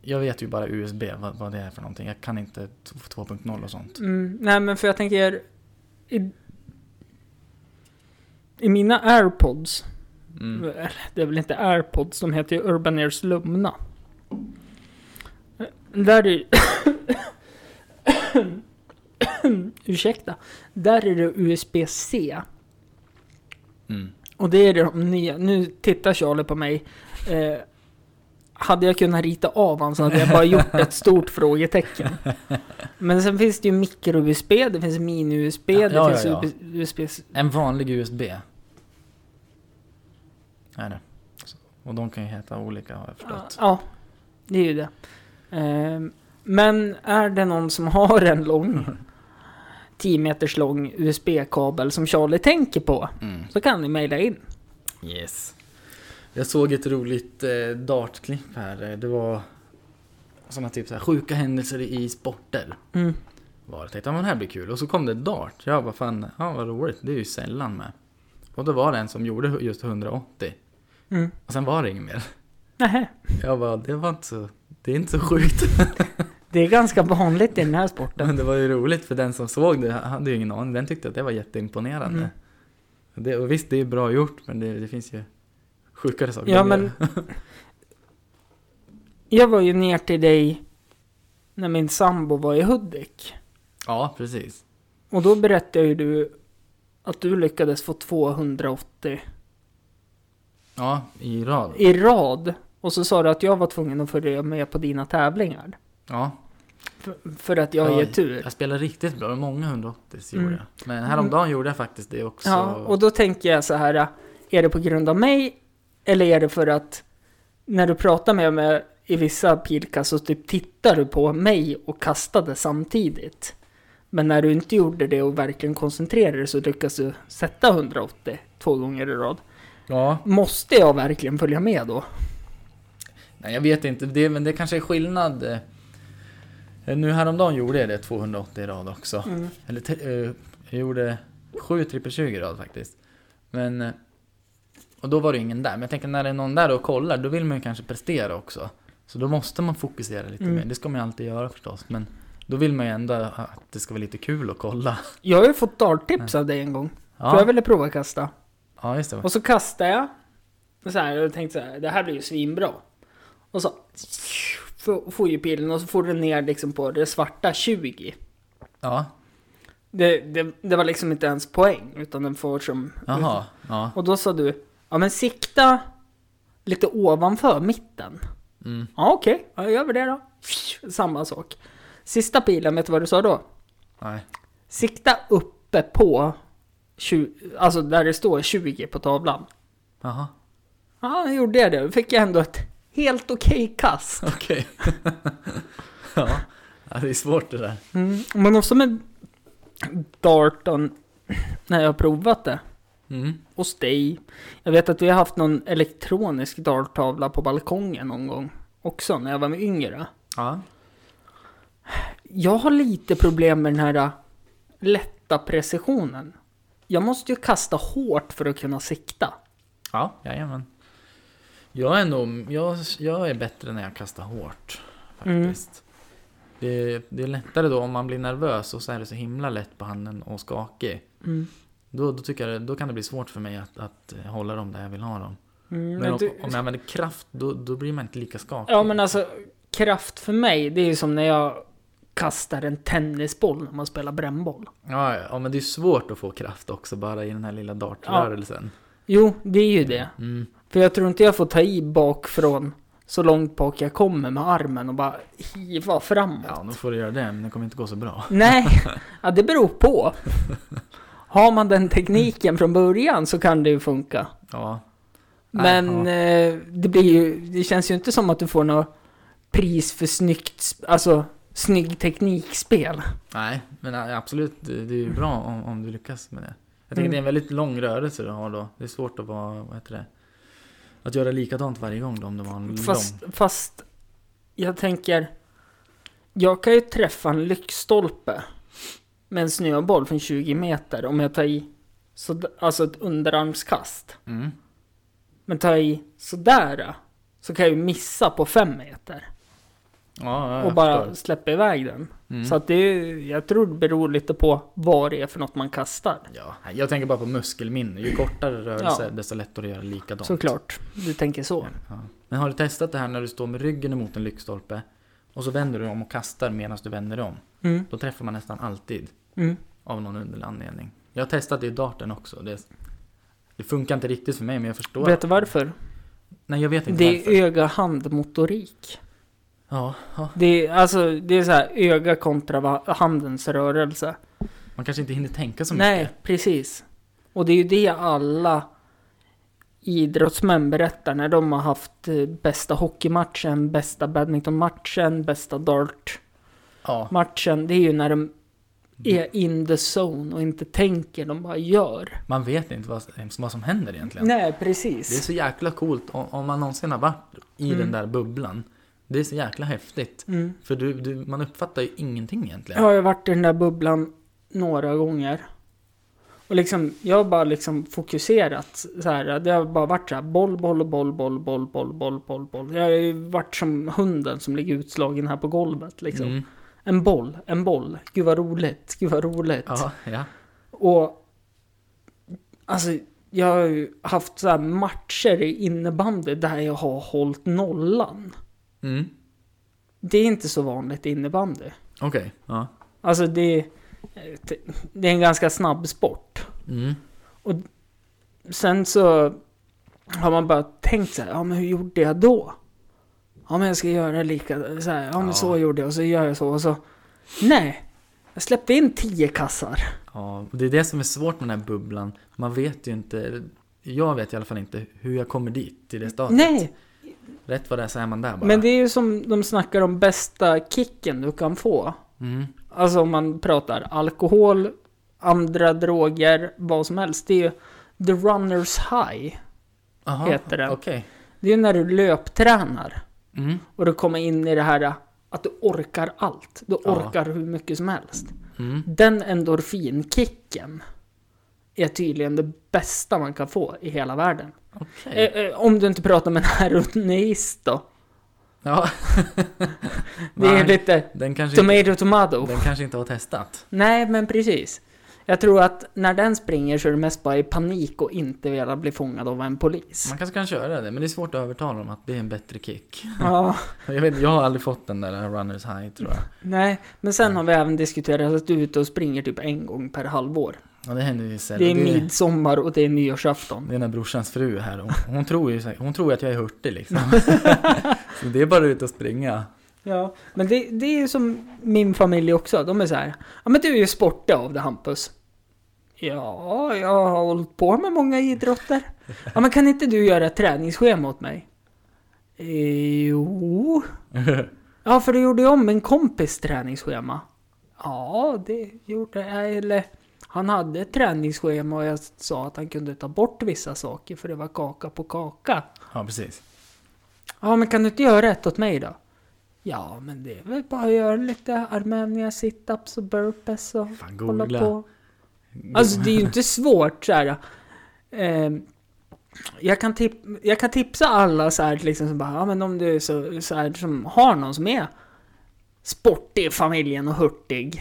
S2: Jag vet ju bara USB, vad, vad det är för någonting. Jag kan inte t- 2.0 och sånt.
S1: Mm, nej, men för jag tänker... I, i mina airpods,
S2: Mm.
S1: eller, det är väl inte airpods, de heter ju Urban Airs Lumna. Där är Ursäkta. Där är det USB-C.
S2: Mm.
S1: Och det är de nya. Nu tittar Charlie på mig. Eh, hade jag kunnat rita av honom så hade jag bara gjort ett stort frågetecken. Men sen finns det ju mikro-USB, det finns mini-USB,
S2: Ja,
S1: det
S2: ja,
S1: finns
S2: ja, ja.
S1: USB...
S2: En vanlig USB. Är det. Så- Och de kan ju heta olika har jag förstått.
S1: Ja, det är ju det. Eh, men är det någon som har en lång, 10 meters lång USB-kabel som Charlie tänker på,
S2: Mm.
S1: så kan ni mejla in.
S2: Yes. Jag såg ett roligt eh, dartklipp här. Eh, Det var sådana typ så här, sjuka händelser i sporter.
S1: Mm.
S2: Var det. Tänkte, "Ja, men det här blir kul. Och så kom det dart. Jag bara fan, ja vad roligt. Det är ju sällan med. Och då var det en som gjorde just 180.
S1: Mm.
S2: Och sen var det inget mer.
S1: Nähä,
S2: Jag bara, det var inte så, det är inte så sjukt.
S1: det är ganska vanligt i den här sporten.
S2: Men det var ju roligt för den som såg det hade ju ingen aning. Den tyckte att det var jätteimponerande.
S1: Mm.
S2: Det, och visst, det är bra gjort men det, det finns ju sjukare saker.
S1: Ja,
S2: att göra.
S1: men- Jag var ju ner till dig när min sambo var i Hudik.
S2: Ja, precis.
S1: Och då berättade ju du att du lyckades få 280
S2: Ja, i rad.
S1: i rad. Och så sa du att jag var tvungen att följa med på dina tävlingar.
S2: Ja,
S1: För, för att jag ger tur.
S2: jag spelar riktigt bra. Det var Många 180 gjorde
S1: Mm.
S2: jag. Men häromdagen gjorde jag faktiskt det också.
S1: Ja, och då tänker jag så här. Är det på grund av mig? Eller är det för att när du pratar med mig i vissa pilkast så typ tittar du på mig och kastade samtidigt. Men när du inte gjorde det och verkligen koncentrerade dig så lyckas du sätta 180 två gånger i rad.
S2: ja.
S1: Måste jag verkligen följa med då?
S2: Nej, jag vet inte, det, men det kanske är skillnad. eh, Nu häromdagen gjorde jag det 280 i rad också.
S1: Mm.
S2: Eller te- eh, jag gjorde 7 triple 20 i rad faktiskt. Men... eh, Och då var det ingen där. Men jag tänker när det är någon där och kollar, då vill man ju kanske prestera också. Så då måste man fokusera lite
S1: Mm.
S2: mer. Det ska man ju alltid göra förstås. Men då vill man ju ändå att det ska vara lite kul att kolla.
S1: Jag har ju fått darttips av dig en gång. För jag
S2: Ja,
S1: ville prova kasta.
S2: ja just det.
S1: Och så kastade jag. Och så här, jag tänkte så här, det här blir ju svinbra. Och så f- får ju pilen och så får den ner liksom på det svarta 20.
S2: Ja,
S1: Det, det, det var liksom inte ens poäng, utan den får som...
S2: jaha. Ja.
S1: Och då sa du, ja men sikta lite ovanför mitten.
S2: Mm.
S1: Ja okej, ja, jag gör vi det då. Samma sak. Sista pilen, vet du vad du sa då?
S2: Nej.
S1: Sikta uppe på, 20, alltså där det står 20 på tavlan.
S2: Jaha.
S1: Ja, då gjorde jag det. Då fick jag ändå ett helt okej kast.
S2: Okej. ja. ja, det är svårt det där.
S1: Mm. Men också med darton, när jag har provat det,
S2: Mm.
S1: hos dig. Jag vet att vi har haft någon elektronisk darttavla på balkongen någon gång också, när jag var med yngre.
S2: Ja.
S1: Jag har lite problem med den här äh, lätta precisionen. Jag måste ju kasta hårt för att kunna sikta.
S2: Ja, jajamän. Jag är nog, jag, jag är bättre när jag kastar hårt.
S1: Mm.
S2: Faktiskt. Det, det är lättare då om man blir nervös och så är det så himla lätt på handen och skakig.
S1: Mm.
S2: Då, då, tycker jag, det- då kan det bli svårt för mig att, att hålla dem där jag vill ha dem.
S1: Mm,
S2: Men,
S1: men
S2: om,
S1: du-
S2: om jag använder kraft, då, då blir man inte lika skakig.
S1: Ja men alltså kraft för mig det är ju som när jag kastar en tennisboll när man spelar brännboll.
S2: Ja, ja, ja, men det är svårt att få kraft också bara i den här lilla dartrörelsen.
S1: Jo, det är ju det.
S2: Mm.
S1: För jag tror inte jag får ta i bakifrån så långt bak jag kommer med armen och bara hiva framåt.
S2: Ja, då får du göra det, men det kommer inte gå så bra.
S1: Nej, ja, det beror på. Har man den tekniken från början så kan det ju funka.
S2: Ja, Nej,
S1: Men eh, det blir ju, det känns ju inte som att du får något pris för snyggt, sp- alltså snygg teknikspel.
S2: Nej, men a- absolut, det det är ju bra om, om du lyckas med det. Jag tänker
S1: Mm.
S2: det är en väldigt lång rörelse du har då. Det är svårt att vara, vad heter det? Att göra likadant varje gång då, om det var en lång.
S1: Fast, fast jag tänker, jag kan ju träffa en lyktstolpe med en snöboll från 20 meter om jag tar i, så, d- alltså ett underarmskast.
S2: Mm.
S1: Men tar jag i sådär så kan jag ju missa på fem meter.
S2: Ja,
S1: och bara släppa iväg den.
S2: Mm.
S1: Så att det är, jag tror det beror lite på vad det är för något man kastar.
S2: Ja, jag tänker bara på muskelminne. Ju kortare rörelse,
S1: Ja.
S2: desto lättare att göra likadant.
S1: Såklart, du tänker så.
S2: Ja. Men har du testat det här när du står med ryggen emot en lyktstolpe och så vänder du om och kastar medan du vänder om?
S1: Mm,
S2: Då träffar man nästan alltid
S1: mm.
S2: av någon underlig anledning. Jag har testat det i darten också. Det, det funkar inte riktigt för mig, men jag förstår.
S1: Vet du varför?
S2: Nej, jag vet inte
S1: Det
S2: varför.
S1: är öga-handmotorik.
S2: Ja, ja,
S1: Det är, alltså, det är så här öga kontra va- handens rörelse.
S2: man kanske inte hinner tänka så mycket.
S1: Nej, precis. Och det är ju det alla idrottsmän berättar när de har haft eh, bästa hockeymatchen, bästa badmintonmatchen, bästa dartmatchen.
S2: Ja,
S1: Det är ju när
S2: Mm.
S1: de är in the zone och inte tänker, de bara gör.
S2: man vet inte vad, vad som händer egentligen.
S1: Nej,
S2: Det är
S1: precis.
S2: så jäkla coolt om, om man någonsin har varit i
S1: Mm.
S2: den där bubblan. Det är så jäkla häftigt.
S1: Mm.
S2: För du, du, man uppfattar ju ingenting egentligen. Mm.
S1: Jag har ju varit i den där bubblan några gånger. Och liksom, jag har bara liksom fokuserat så här. Det har bara varit så här boll, boll, boll, boll, boll, boll, boll, boll, boll. Jag har ju varit som hunden som ligger utslagen här på golvet liksom.
S2: Mm.
S1: En boll, en boll. Gud vad roligt, gud vad roligt.
S2: Ja, ja.
S1: Och alltså, jag har ju haft så här matcher i innebandy där jag har hållit nollan.
S2: Mm.
S1: Det är inte så vanligt i innebandy.
S2: Okej. Ja.
S1: Alltså det, det är en ganska snabb sport.
S2: Mm.
S1: Sen så har man bara tänkt så här, ja men hur gjorde jag då? Ja men jag ska göra lika, så här, ja men
S2: Ja.
S1: så gjorde jag och så gör jag så och så. Nej, jag släppte in tio kassar.
S2: Ja, och det är det som är svårt med den här bubblan. Man vet ju inte, jag vet i alla fall inte hur jag kommer dit, till det stadiet.
S1: Nej,
S2: Rätt vad det är så är man där bara.
S1: men det är ju som de snackar om bästa kicken du kan få.
S2: Mm.
S1: Alltså om man pratar alkohol, andra droger, vad som helst. Det är ju the runners high.
S2: Aha,
S1: heter det.
S2: Okej.
S1: Det är ju när du löptränar.
S2: Mm.
S1: Och du kommer in i det här äh, att du orkar allt. Du
S2: Ja.
S1: orkar hur mycket som helst.
S2: Mm.
S1: Den endorfinkicken är tydligen det bästa man kan få i hela världen.
S2: Okej.
S1: Eh, eh, om du inte pratar med en heroinist då.
S2: Ja.
S1: Det är
S2: Nej,
S1: lite
S2: den, kanske inte,
S1: tomato tomato.
S2: den kanske inte har testat.
S1: Nej, men precis. Jag tror att när den springer så är det mest bara i panik och inte vilja bli fångad av en polis.
S2: Man kanske kan köra det, men det är svårt att övertala dem att det är en bättre kick.
S1: Ja,
S2: Jag, vet, jag har aldrig fått den där runners high tror jag.
S1: nej. Men sen har vi även diskuterat att du är ute och springer typ en gång per halvår.
S2: Ja, det händer ju sällan.
S1: Det är midsommar och det är nyårsafton.
S2: Det är när brorsans fru är här. Hon, hon tror ju så här- hon tror ju att jag är hurtig liksom. så det är bara ut och springa.
S1: Ja, men det, det är ju som min familj också. De är så här. Ja, men du är ju sportig av det Hampus. Ja, jag har hållit på med många idrotter. Ja, men kan inte du göra ett träningsschema åt mig? "Eh, Jo. Ja, för du gjorde ju om en kompis träningsschema. Ja, det gjorde jag. Eller han hade ett träningsschema och jag sa att han kunde ta bort vissa saker för det var kaka på kaka.
S2: Ja, precis.
S1: Ja, men kan du inte göra ett åt mig då? Ja, men det är väl bara att göra lite Armenia situps och burpees och
S2: Fan,
S1: hålla
S2: googla.
S1: på. Alltså det är ju inte svårt så här. ehm, jag, kan tip- jag kan tipsa alla så här liksom som bara, ja men om du är så, så här som har någon som är sportig i familjen och hurtig.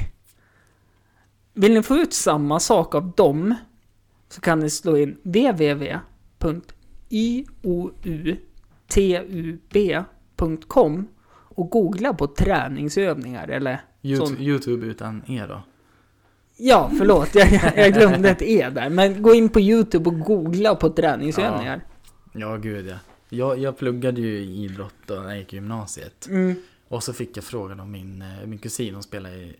S1: Vill ni få ut samma sak av dem så kan ni slå in www.ioutub.com och googla på träningsövningar eller
S2: YouTube,
S1: sån-
S2: YouTube utan E då.
S1: Ja, förlåt. Jag, jag, jag glömde ett E där. Men gå in på YouTube och googla på träningsövningar.
S2: Ja, gud ja. Jag, jag pluggade ju i idrott då när jag gick i gymnasiet.
S1: Mm.
S2: Och så fick jag frågan om min, eh, min kusin, hon spelade i...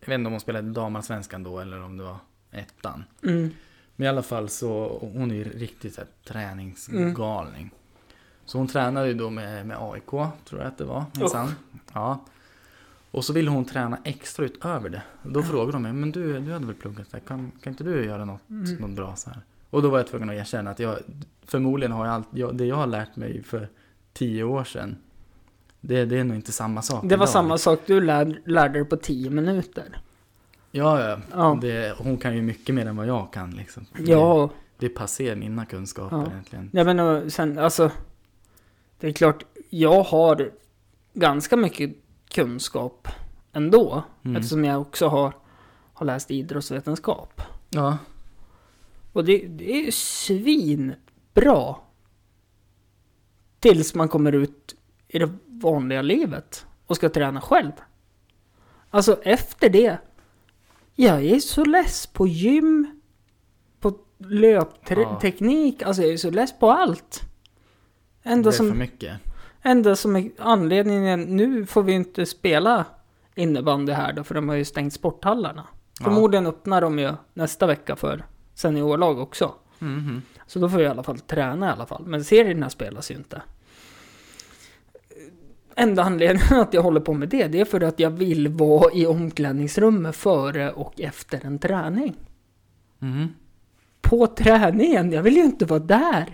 S2: Jag vet inte om hon spelade i damallsvenskan då eller om det var ettan.
S1: Mm.
S2: Men i alla fall så, hon är ju riktigt så här, träningsgalning.
S1: Mm.
S2: Så hon tränade ju då med, med AIK, tror jag att det var, minsann. Ja. Och så ville hon träna extra utöver det. Då frågade hon mig, men du, du hade väl pluggat där, kan, kan inte du göra något,
S1: Mm.
S2: något bra så här? Och då var jag tvungen att erkänna att jag, förmodligen har jag allt, jag, det jag har lärt mig för tio år sedan, det, det är nog inte samma sak
S1: Det var
S2: idag.
S1: samma sak du lär, lärde dig på 10 minuter.
S2: Ja, ja.
S1: Ja.
S2: Det, hon kan ju mycket mer än vad jag kan liksom.
S1: Ja,
S2: Det är passé mina kunskaper
S1: Ja.
S2: egentligen.
S1: Nej men och sen, alltså. Det är klart, jag har ganska mycket kunskap ändå.
S2: Mm.
S1: Eftersom jag också har, har läst idrottsvetenskap.
S2: Ja.
S1: Och det, det är ju svinbra. Tills man kommer ut i det vanliga livet och ska träna själv. Alltså efter det. Jag är så less på gym, på
S2: Ja.
S1: löpteknik, alltså jag är så less på allt.
S2: Det
S1: Enda
S2: är för
S1: som,
S2: mycket.
S1: enda som är anledningen, nu får vi ju inte spela innebandy här då för de har ju stängt sporthallarna.
S2: Ja.
S1: Förmodligen öppnar de ju nästa vecka för seniorlag också.
S2: Mhm.
S1: Så då får jag i alla fall träna i alla fall. Men serierna spelas ju inte. Enda anledningen att jag håller på med det, det är för att jag vill vara i omklädningsrummet före och efter en träning.
S2: Mhm.
S1: På träningen, jag vill ju inte vara där.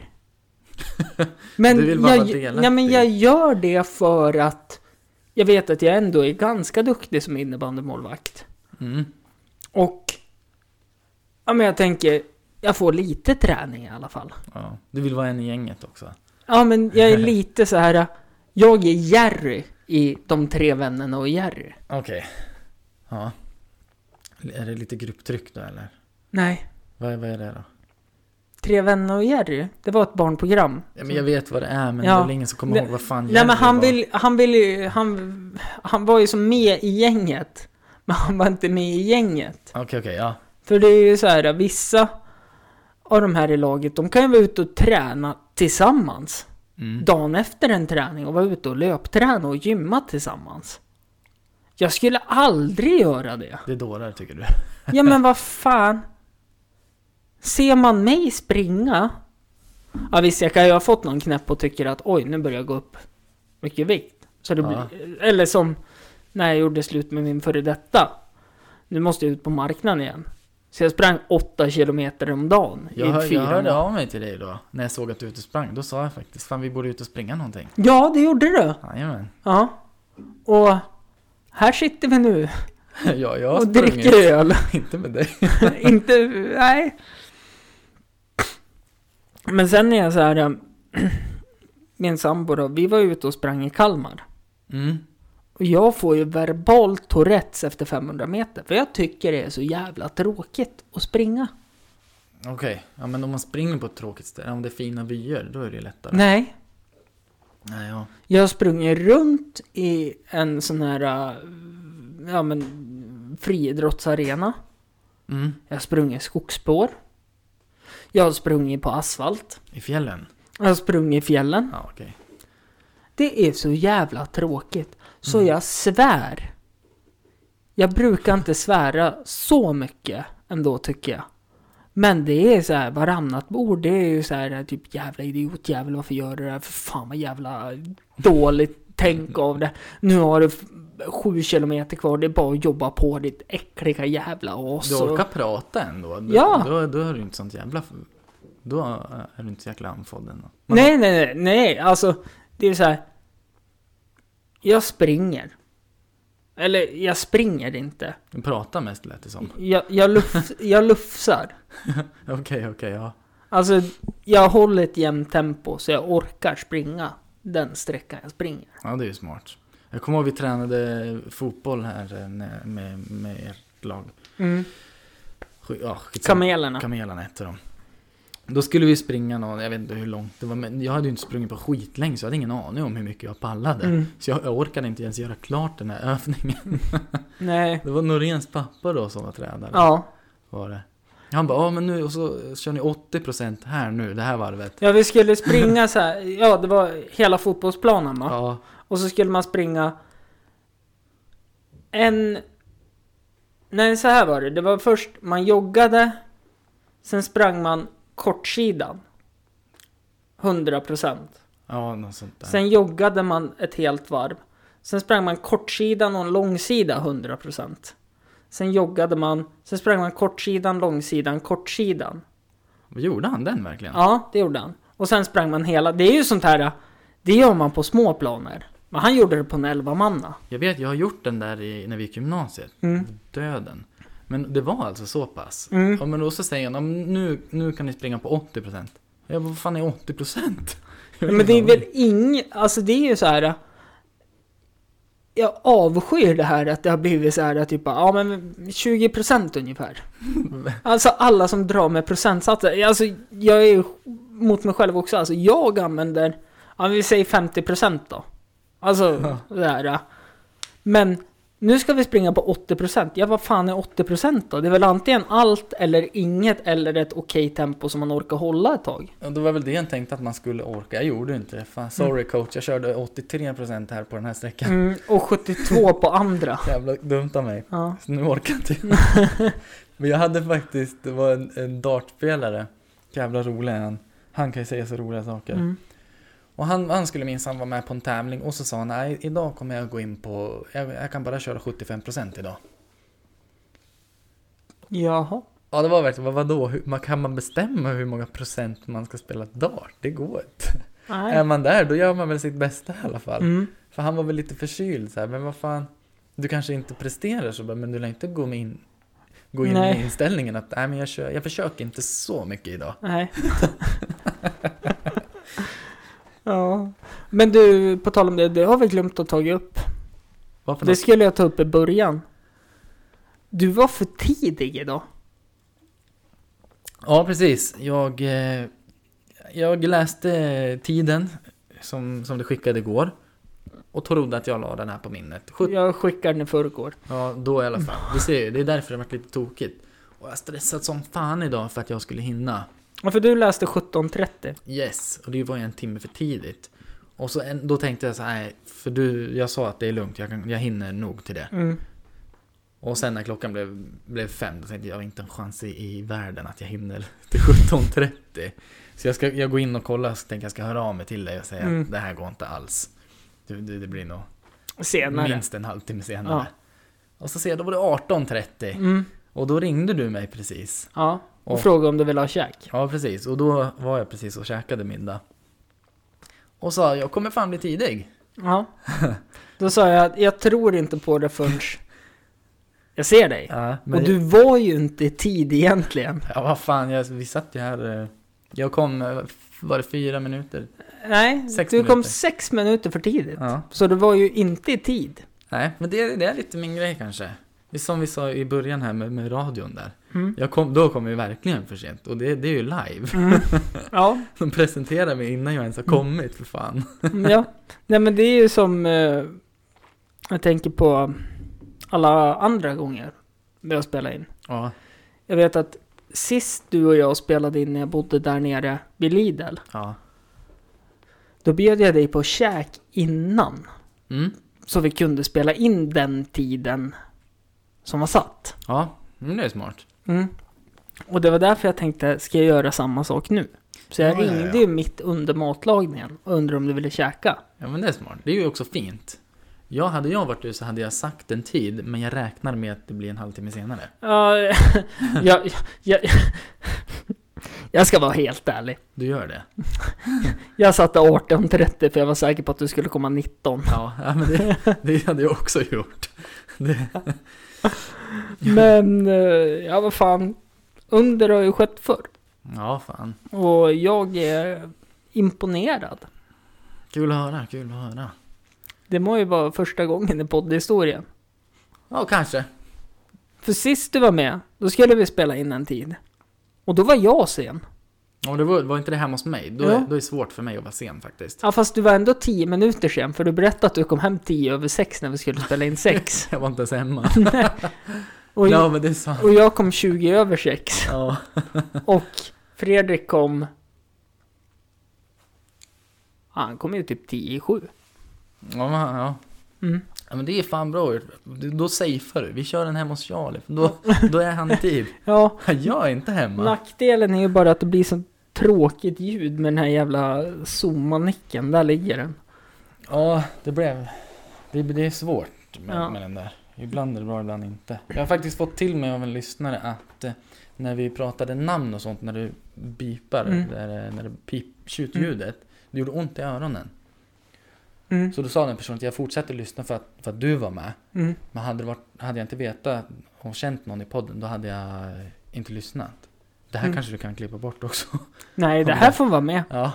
S1: Men,
S2: Du vill bara
S1: jag,
S2: vara delaktig.
S1: nej, men jag gör det för att jag vet att jag ändå är ganska duktig som innebandymålvakt.
S2: Mm.
S1: Och ja, men jag tänker, jag får lite träning i alla fall.
S2: Ja. Du vill vara en i gänget också?
S1: Ja, men jag är lite så här. Jag är Jerry i De tre vännerna och Jerry.
S2: Okej. Ja. Är det lite grupptryck då eller?
S1: Nej.
S2: Vad, är- vad är det då?
S1: Tre vänner och Jerry, det var ett barnprogram.
S2: Ja, men jag vet vad det är men
S1: Ja.
S2: det är väl ingen som kommer
S1: Nej,
S2: ihåg vad fan
S1: Nej men
S2: Jerry
S1: han
S2: var.
S1: vill, han vill ju, han, han var ju som med i gänget. Men han var inte med i gänget.
S2: Okej okej, ja.
S1: För det är ju så här, vissa av de här i laget, de kan ju vara ute och träna tillsammans.
S2: Mm.
S1: dagen efter en träning och vara ute och löpträna och gymma tillsammans. Jag skulle aldrig göra det.
S2: Det är dårar tycker du?
S1: Ja men vad fan. Ser man mig springa? Ja visst, jag kan ju ha fått någon knäpp och tycker att oj, nu börjar jag gå upp mycket vikt. Så det
S2: Ja.
S1: blir, eller som när jag gjorde slut med min före detta. Nu måste jag ut på marknaden igen. Så jag sprang 8 kilometer om dagen
S2: Jag, hör,
S1: i fyra
S2: jag hörde
S1: månader.
S2: av mig till dig då, när jag såg att du var ute och sprang. Då sa jag faktiskt, fan vi borde ut och springa någonting.
S1: Ja, det gjorde du.
S2: Jajamän.
S1: Ja. Och här sitter vi nu.
S2: Ja, jag har
S1: och
S2: sprungit.
S1: dricker öl.
S2: Inte med dig.
S1: inte, nej. Men sen är jag så här, eh, min sambo då, vi var ute och sprang i Kalmar.
S2: Mm.
S1: Och jag får ju verbal tourettes efter 500 meter, för jag tycker det är så jävla tråkigt att springa.
S2: Okej, ja men om man springer på ett tråkigt ställe, om det är fina vyer, då är det ju lättare.
S1: Nej,
S2: Nej, ja.
S1: jag springer runt i en sån här, eh, ja men, friidrottsarena.
S2: Mm.
S1: Jag springer skogsspår. Jag springer på asfalt.
S2: I fjällen?
S1: Jag springer i fjällen.
S2: Ja, okej.
S1: Det är så jävla tråkigt. Så
S2: Mm.
S1: jag svär. Jag brukar inte svära så mycket ändå tycker jag. Men det är så här varannat bord. Det är ju så här typ jävla idiot jävel varför gör du det här? För fan vad jävla dåligt tänk av det. Nu har du f- sju kilometer kvar. Det är bara att jobba på ditt äckliga jävla as.
S2: Du
S1: och-
S2: orkar prata ändå? Då,
S1: Ja.
S2: Då, då är du inte sånt jävla... Då är du inte så jäkla andfådd ändå. Man-
S1: Nej, nej, nej, nej, alltså det är så här. Jag springer. Eller jag springer inte.
S2: Du pratar mest lät det som.
S1: Jag, jag, luf, jag lufsar.
S2: Okej, okej, ja.
S1: Alltså jag håller ett jämnt tempo så jag orkar springa den sträckan jag springer.
S2: Ja, det är ju smart. Jag kommer ihåg vi tränade fotboll här eh, när- med, med ert lag. Sk- Ja, skitsamma.
S1: Kamelerna.
S2: Kamelerna hette de. Då skulle vi springa någon, jag vet inte hur långt det var, men jag hade ju inte sprungit på skitlänge så jag hade ingen aning om hur mycket jag pallade.
S1: Mm.
S2: Så jag, jag orkade inte ens göra klart den här övningen.
S1: Nej.
S2: Det var Noréns pappa då som var tränare.
S1: Ja.
S2: Var det. Han bara, ja men nu, och så kör ni 80% här nu, det här varvet.
S1: ja, vi skulle springa så här. Ja, det var hela fotbollsplanen va?
S2: Ja.
S1: Och så skulle man springa en... Nej, så här var det. Det var först man joggade, sen sprang man kortsidan. 100%.
S2: Ja, något sånt där.
S1: Sen joggade man ett helt varv. Sen sprang man kortsidan och en långsida 100%. Sen joggade man, sen sprang man kortsidan, långsidan, kortsidan.
S2: Gjorde han den verkligen?
S1: Ja, det gjorde han. Och sen sprang man hela, det är ju sånt här, det gör man på små planer. Men han gjorde det på en 11 manna.
S2: Jag vet, jag har gjort den där i, när vi gick i gymnasiet.
S1: Mm.
S2: Döden. Men det var alltså så pass?
S1: Mm.
S2: Ja, men då så säger han, "Ja, men nu, nu kan ni springa på 80%. Jag bara, vad fan är 80%?
S1: Ja, Men det är väl inget, alltså det är ju så här. Jag avskyr det här att det har blivit så här typ, ja men 20% ungefär. Alltså alla som drar med procentsatser. Alltså jag är ju mot mig själv också, alltså jag använder, ja men vi säger 50% då. Alltså det här. Men nu ska vi springa på 80%. Ja vad fan är 80% då? Det är väl antingen allt eller inget eller ett okej tempo som man orkar hålla ett tag.
S2: Ja, det var väl det jag tänkte att man skulle orka. Jag gjorde ju inte det. Fan, sorry coach, jag körde 83% här på den här sträckan.
S1: Mm, och 72 på andra.
S2: Jävla dumt av mig.
S1: Ja.
S2: Så nu orkar inte jag. Men jag hade faktiskt, det var en, en dartspelare. Jävla rolig är han. Han kan ju säga så roliga saker.
S1: Mm.
S2: Och han, han skulle minsann vara med på en tävling och så sa han nej idag kommer jag gå in på, jag, jag kan bara köra 75% idag.
S1: Jaha.
S2: Ja det var verkligen, vad, vadå, hur, man, kan man bestämma hur många procent man ska spela dart? Det går inte. Är
S1: Nej.
S2: man där då gör man väl sitt bästa i alla fall.
S1: Mm.
S2: För han var väl lite förkyld så här, men vad fan. Du kanske inte presterar så bra men du lär inte gå, med in, gå in
S1: Nej.
S2: med inställningen att nej men jag, kör, jag försöker inte så mycket idag.
S1: Nej. ja. Men du, på tal om det, det har vi glömt att ta upp.
S2: Varför
S1: Det
S2: något?
S1: skulle jag ta upp i början. Du var för tidig idag.
S2: Ja, precis. Jag, eh, jag läste tiden som, som du skickade igår och trodde att jag la den här på minnet. Sjut-
S1: Jag skickade den i förrgår.
S2: Ja, då i alla fall. Du ser ju, det är därför det varit lite tokigt. Och jag har stressat som fan idag för att jag skulle hinna.
S1: Ja, för du läste 17.30.
S2: Yes, och det var ju en timme för tidigt. Och så en, då tänkte jag så här, nej, för du, jag sa att det är lugnt, jag, kan, jag hinner nog till det.
S1: Mm.
S2: Och sen när klockan blev, blev fem, då tänkte jag, jag har inte en chans i, i världen att jag hinner till 17.30. Så jag, ska, jag går in och kollar, så tänker jag ska höra av mig till dig och säga
S1: Mm.
S2: att det här går inte alls. Det, det, det blir nog
S1: Senare.
S2: minst en halvtimme senare.
S1: Ja.
S2: Och så ser jag, då var det 18.30.
S1: Mm.
S2: Och då ringde du mig precis.
S1: Ja. Och
S2: Och-
S1: frågade om du ville ha käk.
S2: Ja, precis. Och då var jag precis och käkade middag. Och sa, jag kommer fan bli tidig.
S1: Ja. Då sa jag att jag tror inte på det förrän jag ser dig.
S2: Ja,
S1: Och du var ju inte i tid egentligen.
S2: Ja, vad fan, jag, vi satt ju här. eh, Jag kom, eh, var det fyra minuter?
S1: Nej,
S2: Sex
S1: du kom
S2: minuter.
S1: sex minuter för tidigt.
S2: Ja.
S1: Så du var ju inte i tid.
S2: Nej, men det, det är lite min grej kanske. Det är som vi sa i början här med, med radion där.
S1: Mm.
S2: Jag kom, då kom vi verkligen för sent och det, det är ju live.
S1: Ja,
S2: De presenterar mig innan jag ens har kommit för fan.
S1: Mm, ja. Nej men det är ju som... Eh, jag tänker på alla andra gånger vi har spelat in.
S2: Ja,
S1: Jag vet att sist du och jag spelade in när jag bodde där nere vid Lidl.
S2: ja.
S1: Då bjöd jag dig på käk innan.
S2: Mm.
S1: Så vi kunde spela in den tiden som var satt.
S2: Ja, men det är smart.
S1: Mm. Och det var därför jag tänkte, ska jag göra samma sak nu? Så jag
S2: Ja, ja,
S1: ringde
S2: ja.
S1: ju mitt under matlagningen och undrade om du ville käka.
S2: Ja, men det är smart. Det är ju också fint. Jag, hade jag varit du så hade jag sagt en tid, men jag räknar med att det blir en halvtimme senare.
S1: Ja, jag, jag, jag ska vara helt ärlig.
S2: Du gör det?
S1: Jag satte 18.30 för jag var säker på att du skulle komma 19.
S2: Ja, ja men det, det hade jag också gjort. Det,
S1: Men, eh, ja vad fan. Under har ju skett förr.
S2: ja, fan.
S1: Och jag är imponerad.
S2: Kul att höra, kul att höra.
S1: Det må ju vara första gången i poddhistorien.
S2: Ja, kanske.
S1: För sist du var med, då skulle vi spela in en tid. Och då var jag sen.
S2: Om det var, var inte det hemma hos mig, då,
S1: Ja.
S2: är, då är det svårt för mig att vara sen faktiskt.
S1: Ja fast du var ändå 10 minuter sen för du berättade att du kom hem 10 över 6 när vi skulle spela in 6.
S2: Jag var inte ens hemma.
S1: Och,
S2: ja, men det är sant.
S1: och jag kom 20 över 6.
S2: Ja.
S1: Och Fredrik kom... Ja, Han kom ju typ 10 i 7.
S2: Ja, men, ja.
S1: Mm.
S2: ja, men det är fan bra gjort. Du- Då safear du. Vi kör den hemma hos Charlie, för då, då är han i tid.
S1: Ja,
S2: Jag är inte hemma.
S1: nackdelen är ju bara att det blir så tråkigt ljud med den här jävla zoomanicken. Där ligger den.
S2: Ja, det blev... Det, det är svårt med,
S1: Ja.
S2: med den där. Ibland är det bra, ibland inte. Jag har faktiskt fått till mig av en lyssnare att eh, när vi pratade namn och sånt, när du bipar,
S1: Mm.
S2: där, eh, när det pip, tjutljudet, det gjorde ont i öronen.
S1: Mm.
S2: Så då sa den personen att jag fortsätter lyssna för att, för att du var med.
S1: Mm.
S2: Men hade, det varit, hade jag inte vetat och känt någon i podden, då hade jag inte lyssnat. Det här
S1: Mm.
S2: kanske du kan klippa bort också.
S1: Nej, det här får vara med.
S2: Ja,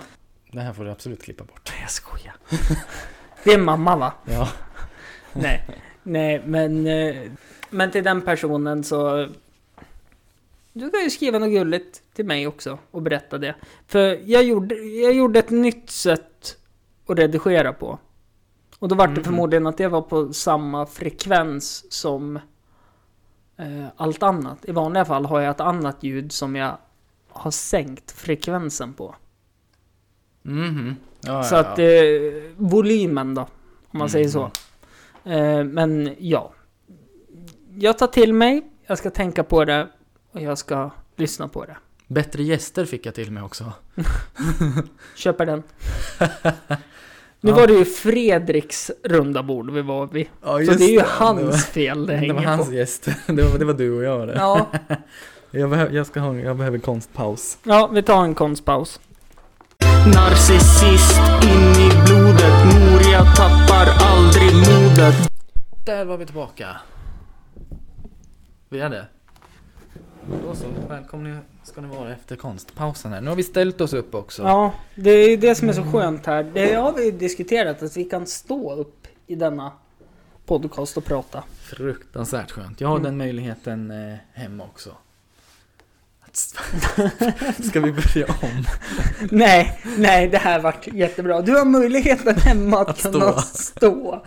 S2: det här får du absolut klippa bort.
S1: Jag skojar. Det är mamma va?
S2: Ja.
S1: Nej. Nej, men... eh, Men till den personen så... Du kan ju skriva något gulligt till mig också och berätta det. För jag gjorde, jag gjorde ett nytt sätt att redigera på. Och då var det
S2: Mm.
S1: förmodligen att det var på samma frekvens som eh, allt annat. I vanliga fall har jag ett annat ljud som jag har sänkt frekvensen på.
S2: Mhm. Ja,
S1: Så
S2: ja,
S1: att
S2: ja.
S1: eh, volymen då, om man
S2: Mm.
S1: säger så. Eh, men ja. Jag tar till mig, jag ska tänka på det och jag ska lyssna på det.
S2: Bättre gäster fick jag till mig också.
S1: Köper den. Nu
S2: Ja.
S1: var det ju Fredriks runda bord vi var vid.
S2: Ja,
S1: Så det är ju
S2: Det var,
S1: hans fel det
S2: det var
S1: hänger
S2: hans
S1: på.
S2: gäst. Det var, det var du och jag det.
S1: Ja,
S2: Jag, behöver, jag, ska ha, jag behöver konstpaus.
S1: ja, vi tar en konstpaus.
S3: Narcissist in i blodet Mor jag tappar aldrig modet
S2: Där var vi tillbaka. Vi är det. Då så, välkomna ska ni vara efter konstpausen här. Nu har vi ställt oss upp också.
S1: Ja, det är ju det som är så skönt här. Det har vi ju diskuterat, att vi kan stå upp i denna podcast och prata.
S2: Fruktansvärt skönt. Jag har
S1: Mm.
S2: den möjligheten eh, hemma också. Att s- Ska vi börja om?
S1: Nej, nej, det här vart jättebra. Du har möjligheten hemma att,
S2: Att stå.
S1: kunna stå.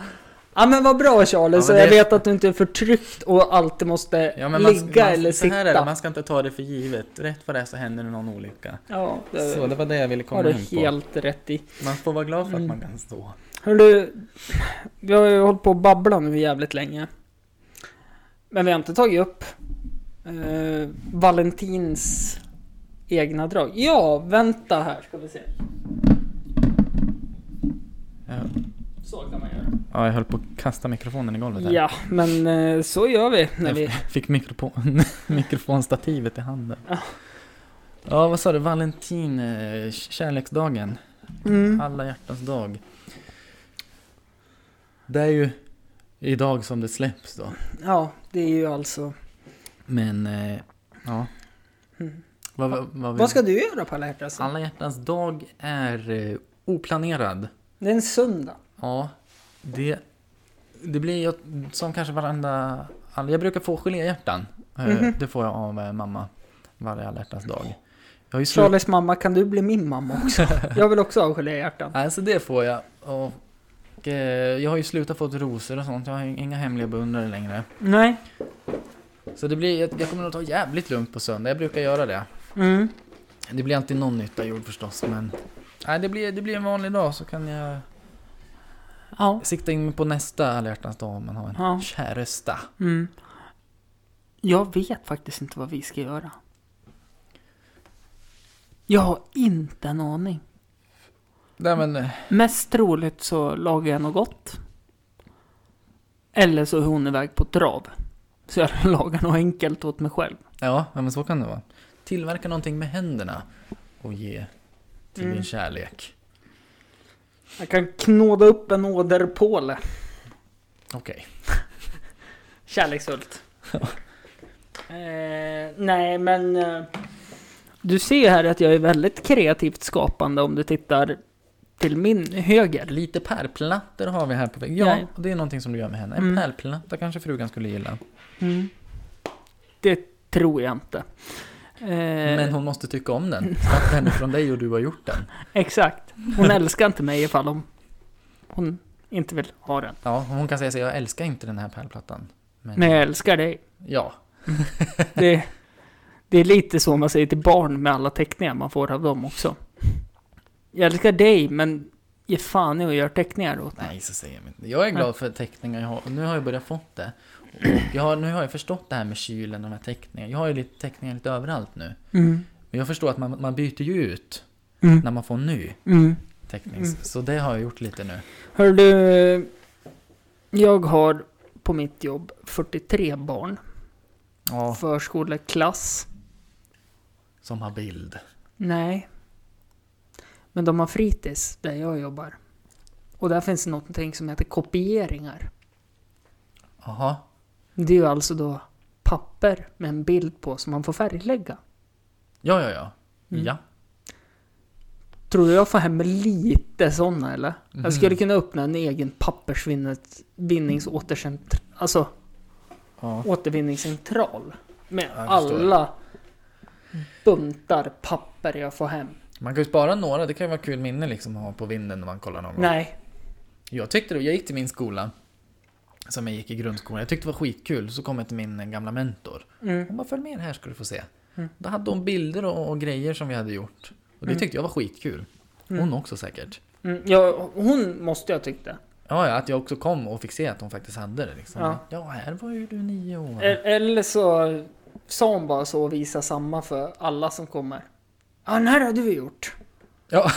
S1: Ja men vad bra Charlie,
S2: Ja,
S1: så
S2: men
S1: jag
S2: det-
S1: vet att du inte är förtryckt och alltid måste ligga eller
S2: så här
S1: sitta.
S2: är det, man ska inte ta det för givet. Rätt vad det är så händer det någon olycka.
S1: Ja, det
S2: Så det var det jag ville
S1: har
S2: komma
S1: du
S2: in på.
S1: helt rätt i.
S2: Man får vara glad för att
S1: Mm.
S2: man kan stå.
S1: Hörru, vi har ju hållit på och babbla nu jävligt länge. Men vi har inte tagit upp eh, Valentins egna drag. Ja, vänta här ska vi se.
S2: Ja.
S1: Så kan man göra.
S2: Ja, jag höll på att kasta mikrofonen i golvet här.
S1: Ja, men eh, så gör vi när
S2: Jag
S1: vi...
S2: fick mikropon- mikrofonstativet i handen.
S1: Ja.
S2: Ja, vad sa du? Valentin, eh, kärleksdagen.
S1: Mm.
S2: Alla hjärtans dag. Det är ju idag som det släpps då.
S1: Ja, det är ju alltså...
S2: Men, eh, ja.
S1: Mm.
S2: Vad, vad, vad,
S1: Vad ska du göra på alla hjärtans dag?
S2: Alla hjärtans dag är eh, oplanerad.
S1: Det är en söndag.
S2: Ja, det, det blir ju som kanske varenda... all- Jag brukar få geléhjärtan. Eh,
S1: Mhm.
S2: Det får jag av eh, mamma varje alla hjärtans dag. Jag har ju slut...
S1: Charlies mamma, kan du bli min mamma också? Jag vill också ha geléhjärtan.
S2: Alltså det får jag. Och eh, jag har ju slutat få rosor och sånt. Jag har ju inga hemliga beundrare längre.
S1: Nej.
S2: Så det blir, jag, jag kommer nog ta jävligt lugnt på söndag. Jag brukar göra det.
S1: Mm.
S2: Det blir alltid någon nytta gjord förstås, men... Nej, det blir, det blir en vanlig dag så kan jag
S1: Ja.
S2: sikta in mig på nästa alla hjärtans dag om man har en
S1: Ja.
S2: käresta.
S1: Mm. Jag vet faktiskt inte vad vi ska göra. Jag har inte en aning.
S2: Nej men, eh,
S1: Mest troligt så lagar jag något gott. Eller så är hon iväg på trav. Så jag lagar något enkelt åt mig själv.
S2: Ja, ja, men så kan det vara. Tillverka någonting med händerna och ge till
S1: Mm.
S2: din kärlek.
S1: Jag kan knåda upp en åderpåle.
S2: Okej.
S1: Kärleksfullt. eh, nej, men... Eh, du ser ju här att jag är väldigt kreativt skapande om du tittar till min höger.
S2: Lite pärlplattor har vi här på väggen. Ja,
S1: Ja.
S2: och det är någonting som du gör med henne. En
S1: Mm. Eh.
S2: pärlplatta kanske frugan skulle gilla.
S1: Det tror jag inte. Eh,
S2: Men hon måste tycka om den. Snabbt henne från dig och du har gjort den.
S1: Exakt. Hon älskar inte mig ifall hon, hon inte vill ha den.
S2: Ja, hon kan säga så här, jag älskar inte den här pärlplattan. Men,
S1: Men jag älskar dig.
S2: ja,
S1: Det, det är lite så man säger till barn med alla teckningar man får av dem också. Jag älskar dig, men ge fan i att göra teckningar åt mig.
S2: nej så säger jag inte. Jag är glad för teckningar jag har och nu har jag börjat fått det. Och jag har, nu har jag förstått det här med kylen och de här teckningarna. Jag har ju lite teckningar lite överallt nu.
S1: Mm.
S2: Men jag förstår att man, man byter ju ut
S1: Mm.
S2: när man får en ny.
S1: Mm.
S2: teckning.
S1: Mm.
S2: Så det har jag gjort lite nu.
S1: Hör du, jag har på mitt jobb 43 barn,
S2: Ja,
S1: förskoleklass.
S2: som har bild.
S1: Nej. Men de har fritids där jag jobbar. Och där finns det någonting som heter kopieringar.
S2: Jaha.
S1: Det är ju alltså då papper med en bild på som man får färglägga.
S2: Ja, ja, ja.
S1: Mm.
S2: Ja.
S1: Tror du jag får hem lite sådana eller?
S2: Mhm.
S1: Jag skulle kunna öppna en egen pappersvinningsåtercentral. Alltså
S2: ja.
S1: återvinningscentral. Med
S2: Ja, jag förstår.
S1: alla buntar papper jag får hem.
S2: Man kan ju spara några, det kan ju vara kul minne liksom att ha på vinden när man kollar någon gång.
S1: Nej,
S2: Jag tyckte det, jag gick till min skola. Som jag gick i grundskolan. Jag tyckte det var skitkul. Så kom jag till min eh, gamla mentor.
S1: Mm.
S2: Hon bara, följ med här ska du få se.
S1: Mm.
S2: Då hade hon bilder och, och grejer som vi hade gjort. Och det
S1: Mm.
S2: tyckte jag var skitkul. Hon också säkert.
S1: Mm. Ja, hon måste jag tyckte.
S2: Ja, ja, att jag också kom och fick se att hon faktiskt hade det liksom.
S1: Ja.
S2: Ja, här var ju du nio år.
S1: E- Eller så sa hon bara så och visade samma för alla som kommer. Ja, den här har du gjort.
S2: Ja.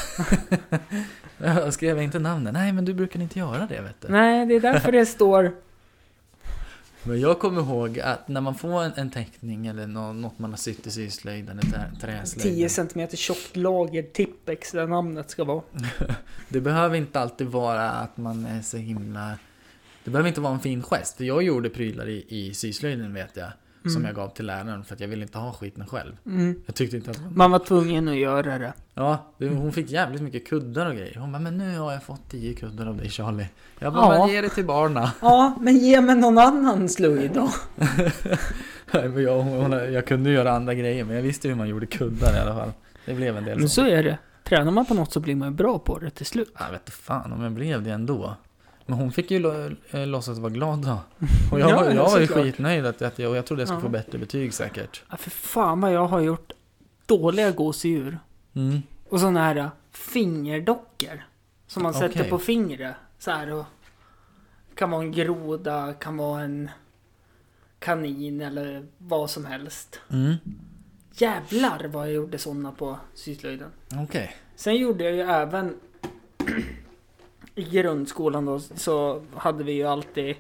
S2: jag skrev inte namnen. Nej, men du brukar inte göra det vet du.
S1: Nej, det är därför det står...
S2: Men jag kommer ihåg att när man får en, en teckning eller nå- något man har sytt i syslöjd eller trä-
S1: 10
S2: träslöjd.
S1: cm tjockt lager tippex där namnet ska vara.
S2: Det behöver inte alltid vara att man är så himla... Det behöver inte vara en fin gest. För jag gjorde prylar i, i syslöjden vet jag.
S1: Mm.
S2: Som jag gav till läraren för att jag ville inte ha skiten själv. Jag tyckte inte att...
S1: Man var tvungen att göra det.
S2: Ja, det, hon fick jävligt mycket kuddar och grejer. Hon bara, men nu har jag fått tio kuddar av dig Charlie. Jag bara,
S1: Ja.
S2: men ge det till barna.
S1: Ja, men ge mig någon annan slöj då.
S2: Nej, men jag, hon, hon, jag kunde ju göra andra grejer men jag visste hur man gjorde kuddar i alla fall. Det blev en del
S1: Men så
S2: sånt.
S1: är det. Tränar man på något så blir man ju bra på det till slut.
S2: Jag vet inte fan om jag blev det ändå. Men hon fick ju lo- eh, låtsas vara glad då. Och jag,
S1: Ja,
S2: var- jag var ju
S1: såklart.
S2: skitnöjd att, att jag, och jag trodde jag skulle
S1: Ja.
S2: få bättre betyg säkert.
S1: Ja, för fan vad jag har gjort dåliga gosedjur.
S2: Mm.
S1: Och sådana här äh, fingerdockor. Som man sätter
S2: Okej.
S1: på fingret. Så här och, kan vara en groda, kan vara en kanin eller vad som helst.
S2: Mm.
S1: Jävlar vad jag gjorde sådana på syslöjden.
S2: Okej.
S1: Sen gjorde jag ju även i grundskolan då så hade vi ju alltid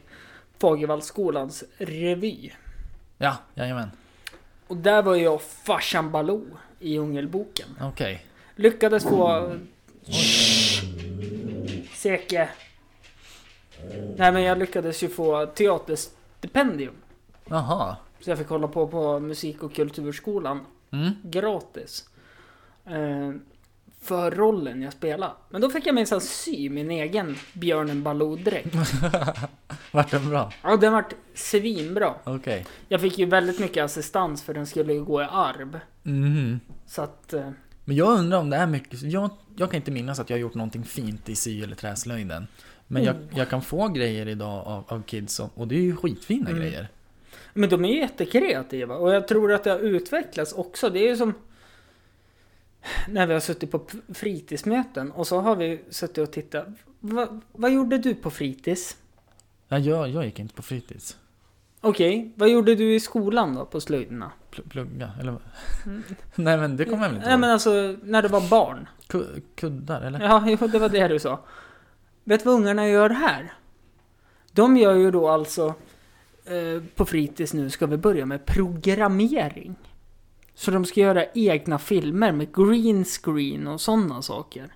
S1: Fagervallsskolans revy.
S2: Ja, jajamän.
S1: Och där var jag farsan Baloo i Djungelboken.
S2: Okej.
S1: Lyckades få... Seke. Nej men jag lyckades ju få teaterstipendium.
S2: Jaha.
S1: Så jag fick hålla på på musik och kulturskolan
S2: Mm.
S1: gratis. Eh, för rollen jag spelade. Men då fick jag minsann sy min egen Björnen Baloo-dräkt.
S2: Vart den bra?
S1: Ja, den vart svinbra.
S2: Okej.
S1: Jag fick ju väldigt mycket assistans för den skulle ju gå i arv.
S2: Mhm.
S1: Så att... Eh,
S2: Men jag undrar om det är mycket, jag, jag kan inte minnas att jag har gjort någonting fint i sy eller träslöjden. Men
S1: Mm.
S2: jag, jag kan få grejer idag av, av kids och, och det är ju skitfina
S1: Mm.
S2: grejer.
S1: Men de är ju jättekreativa och jag tror att det har utvecklats också. Det är ju som när vi har suttit på p- fritidsmöten och så har vi suttit och tittat. Va, vad gjorde du på fritids?
S2: Ja, jag, jag gick inte på fritids.
S1: Okej, vad gjorde du i skolan då på slöjderna?
S2: Pl- plugga, eller Nej men det kommer jag väl
S1: Mm.
S2: inte
S1: Nej
S2: ihåg.
S1: men alltså när du var barn.
S2: Ku- Kuddar eller?
S1: Ja, jo, det var det du sa. Vet du vad ungarna gör här? De gör ju då alltså eh, på fritids nu ska vi börja med programmering. Så de ska göra egna filmer med green screen och sådana saker.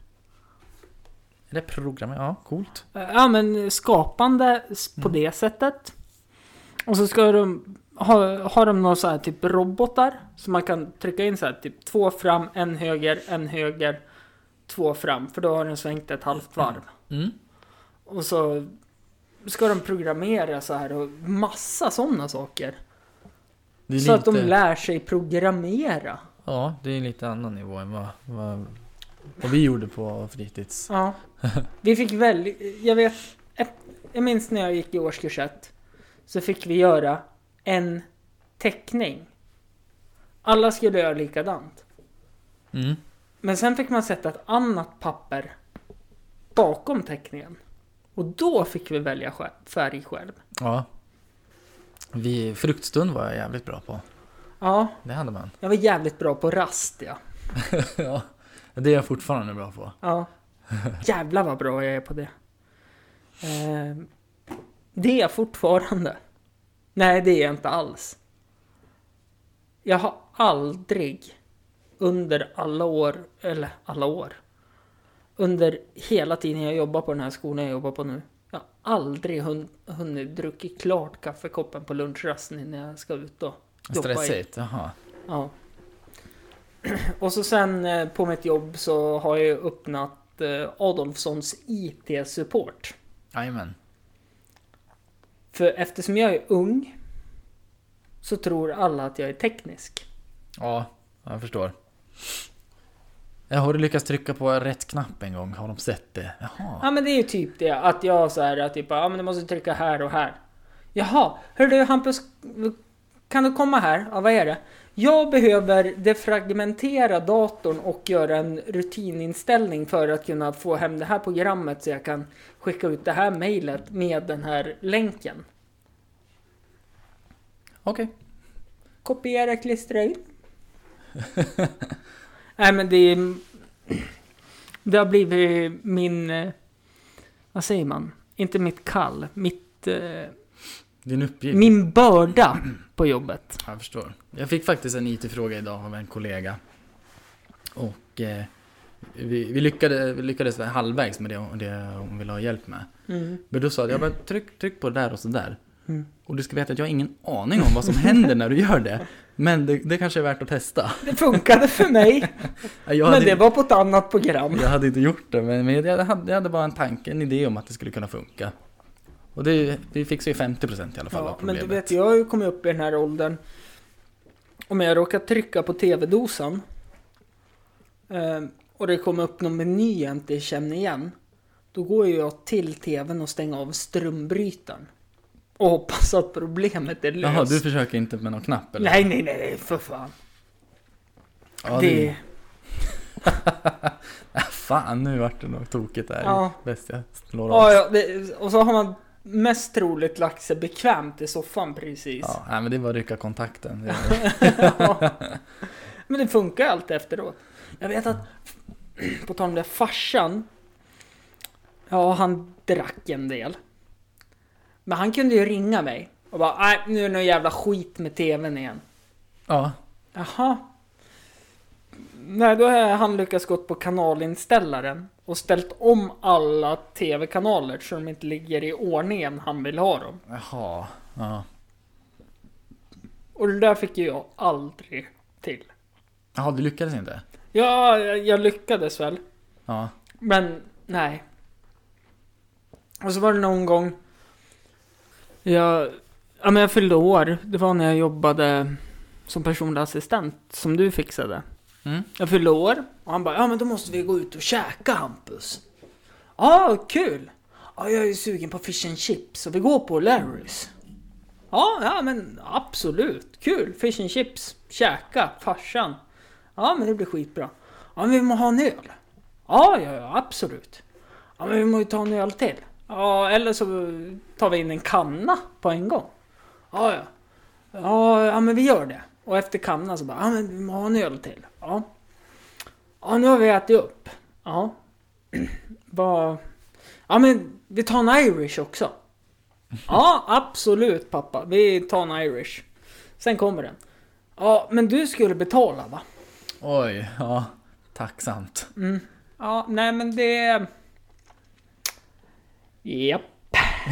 S2: Är det program? Ja, coolt.
S1: Eh, Ja men skapande s- på det sättet. Och så ska de ha, har de några så här typ robotar. Så man kan trycka in så här typ två fram, en höger, en höger, två fram. För då har den svängt ett halvt varv.
S2: Mm.
S1: Och så ska de programmera så här och massa sådana saker.
S2: Det är
S1: Så att de
S2: lite-
S1: lär sig programmera.
S2: Ja, det är lite annan nivå än vad, vad, vad vi gjorde på fritids.
S1: Ja. Vi fick väldigt, jag vet, ett, jag minns när jag gick i årskurs ett. Så fick vi göra en teckning. Alla skulle göra likadant.
S2: Mm.
S1: Men sen fick man sätta ett annat papper bakom teckningen. Och då fick vi välja själv- färg själv.
S2: Ja. Vi, fruktstund var jag jävligt bra på.
S1: Ja,
S2: Det hade man.
S1: jag var jävligt bra på rast ja.
S2: ja. Det är jag fortfarande bra på.
S1: Ja. Jävlar vad bra jag är på det. Eh, det är jag fortfarande. Nej, det är jag inte alls. Jag har aldrig under alla år, eller alla år, under hela tiden jag jobbar på den här skolan jag jobbar på nu. Jag har aldrig hun, hunnit druckit klart kaffekoppen på lunchrasten innan jag ska ut och jobba. i-
S2: Stressigt, jaha.
S1: Ja. Och så sen eh, på mitt jobb så har jag ju öppnat eh, Adolfssons IT-support.
S2: Jajamän.
S1: För eftersom jag är ung så tror alla att jag är teknisk.
S2: Ja, jag förstår. Ja, har du lyckats trycka på rätt knapp en gång? Har de sett det? Jaha.
S1: Ja men det är ju typ det att jag så här att typ ja men du måste trycka här och här. Jaha, hör du Hampus, kan du komma här? Ja vad är det? Jag behöver defragmentera datorn och göra en rutininställning för att kunna få hem det här programmet så jag kan skicka ut det här mejlet med den här länken.
S2: Okej.
S1: Kopiera, klistra in. Nej men det är... Det har blivit min... eh, Vad säger man? Inte mitt kall. Mitt...
S2: Mm.
S1: eh,
S2: Din uppgift.
S1: Min börda på jobbet.
S2: Jag förstår. Jag fick faktiskt en IT-fråga idag av en kollega. Och eh, vi, vi, lyckades, vi lyckades väl halvvägs med det, det hon ville ha hjälp med. Men då sa jag, jag bara, tryck, tryck på det där och så där.
S1: Mm.
S2: Och du ska veta att jag har ingen aning om vad som händer när du gör det. Men det, det kanske är värt att testa.
S1: Det funkade för mig,
S2: Jag
S1: men
S2: hade,
S1: det var på ett annat program.
S2: jag hade inte gjort det, men, men jag, hade, jag hade bara en tanke, en idé om att det skulle kunna funka. Och det, vi fixade ju 50% i alla fall av
S1: Ja, men
S2: problemet.
S1: du vet, jag har ju kommit upp i den här åldern. Om jag råkar trycka på tv-dosan eh, och det kommer upp någon meny jag inte känner igen. Då går ju jag till tvn och stänger av strömbrytaren. Och hoppas att problemet är löst.
S2: Jaha, du försöker inte med någon knapp eller?
S1: Nej, nej, nej, nej, för fan.
S2: Ja,
S1: det...
S2: Ah, Fan, nu vart det nog tokigt där.
S1: Ja.
S2: Bäst jag slår av.
S1: Ja, ja, det... Och så har man mest troligt lagt sig bekvämt i soffan precis.
S2: Ja, nej, men det var rycka kontakten. Det
S1: Ja. Men det funkar ju alltid efteråt. Jag vet att, på tal om det, farsan. Ja, han drack en del. Men han kunde ju ringa mig och bara, nej nu är det någon jävla skit med tvn igen.
S2: ja,
S1: Jaha. Nej, då har han lyckats gått på kanalinställaren och ställt om alla tv-kanaler så de inte ligger i ordningen han vill ha dem.
S2: jaha. Ja.
S1: Och det där fick ju jag aldrig till.
S2: Jaha, du lyckades inte?
S1: Ja, jag, jag lyckades väl.
S2: Ja.
S1: Men nej. Och så var det någon gång jag, ja, men jag fyllde år. Det var när jag jobbade som personlig assistent som du fixade.
S2: Mm.
S1: Jag fyllde år och han bara ja men då måste vi gå ut och käka Hampus. Ja, kul! Ja, jag är ju sugen på fish and chips så vi går på Larrys. Ja, ja men absolut. Kul! Fish and chips, käka, farsan. Ja, men det blir skitbra. Ja, men vi må ha en öl. Ja, ja, ja, absolut. Ja, men vi må ju ta en öl till. Ja, eller så tar vi in en kanna på en gång. Ja, ja. Ja, ja men vi gör det. Och efter kanna så bara, ja men vi må ha en öl till. Ja. Ja, nu har vi ätit upp. Ja. Bara... Ja men vi tar en Irish också. Ja, absolut pappa. Vi tar en Irish. Sen kommer den. Ja, men du skulle betala va?
S2: Oj, ja. Tacksamt.
S1: Mm. Ja, nej men det... Japp.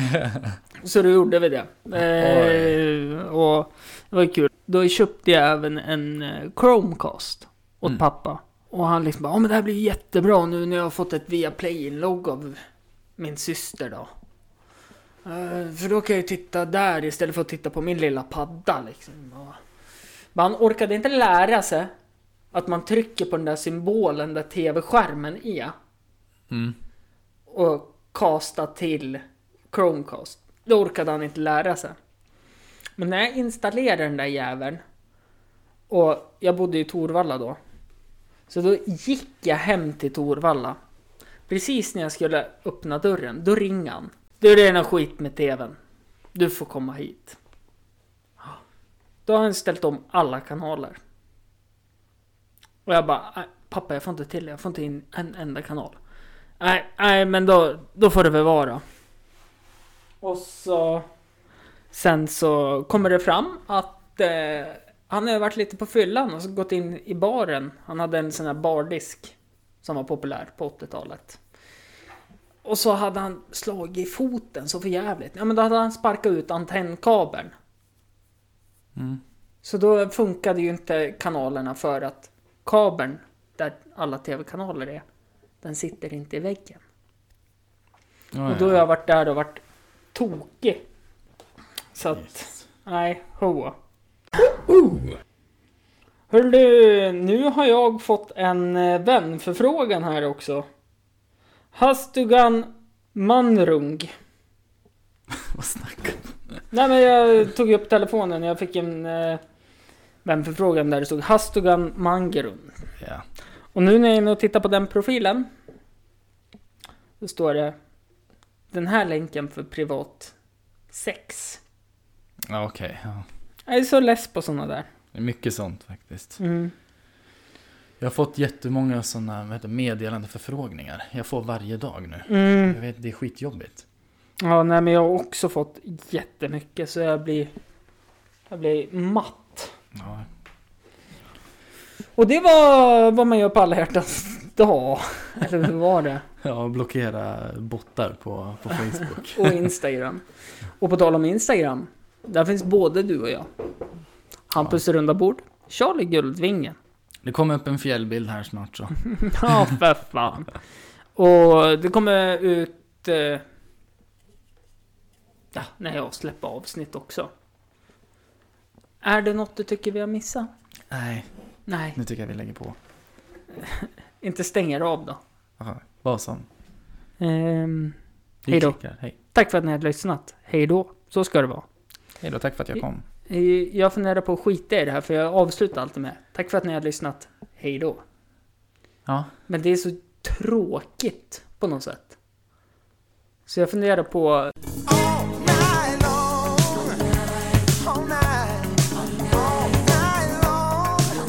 S1: Så då gjorde vi det. Eh, och det var ju kul. Då köpte jag även en eh, Chromecast åt
S2: Mm.
S1: pappa. Och han liksom bara, ja men det här blir jättebra nu när jag har fått ett Viaplay-inlogg av min syster då. Eh, för då kan jag ju titta där istället för att titta på min lilla padda liksom. Och... Men han orkade inte lära sig att man trycker på den där symbolen där tv-skärmen är
S2: Mm.
S1: och kasta till Chromecast. Det orkade han inte lära sig. Men när jag installerade den där jäveln och jag bodde i Torvalla då. Så då gick jag hem till Torvalla. Precis när jag skulle öppna dörren, då ringer han. Du, det är något skit med tvn. Du får komma hit. Då har han ställt om alla kanaler. Och jag bara, "Nej, pappa jag får inte till det, jag får inte in en enda kanal. Nej, nej men då, då får det väl vara. då." Och så... Sen så kommer det fram att eh, han har varit lite på fyllan och så gått in i baren. Han hade en sån här bardisk Som var populär på 80-talet. Och så hade han slagit i foten så för jävligt. Ja men då hade han sparkat ut antennkabeln.
S2: Mm.
S1: Så då funkade ju inte kanalerna för att kabeln där alla tv-kanaler är, den sitter inte i väggen.
S2: Ja,
S1: Och då har
S2: ja.
S1: jag varit där och varit tokig. Så att, nej, hoa. Hörru du, nu har jag fått en eh, vänförfrågan här också. Hastugan Manrung.
S2: Vad snackar du
S1: Nej men jag tog upp telefonen och jag fick en eh, vänförfrågan där det stod Hastugan Mangerun.
S2: Ja.
S1: Och nu när jag är inne och tittar på den profilen. Då står det Den här länken för privat sex.
S2: Ja, okej. ja.
S1: Jag är så less på sådana där.
S2: Det är mycket sånt faktiskt.
S1: Mm.
S2: Jag har fått jättemånga sådana meddelande förfrågningar. Jag får varje dag nu.
S1: Mm.
S2: Jag vet, det är skitjobbigt.
S1: Ja, nej men jag har också fått jättemycket så jag blir... Jag blir matt.
S2: Ja.
S1: Och det var vad man gör på alla hjärtans dag. Eller hur var det?
S2: Ja, blockera bottar på, på Facebook.
S1: Och Instagram. Och på tal om Instagram. Där finns både du och jag. Hampus runda bord. Charlie Guldvingen.
S2: Det kommer upp en fjällbild här snart
S1: Mm.
S2: så.
S1: Ja, för fan. Och det kommer ut... Eh, ja, när jag släpper avsnitt också. Är det något du tycker vi har missat?
S2: Nej,
S1: Nej,
S2: nu tycker jag vi lägger på.
S1: inte stänger av då.
S2: Aha, vad som.
S1: Ehm,
S2: Vi
S1: Hej då.
S2: klickar. Hej.
S1: tack för att ni har lyssnat. Hej då. Så ska det vara.
S2: Hej då, tack för att jag kom.
S1: Eh, Jag funderar på att skita i det här för jag avslutar alltid med Tack för att ni har lyssnat. Hej då.
S2: Ja,
S1: Men det är så tråkigt på något sätt. Så jag funderar på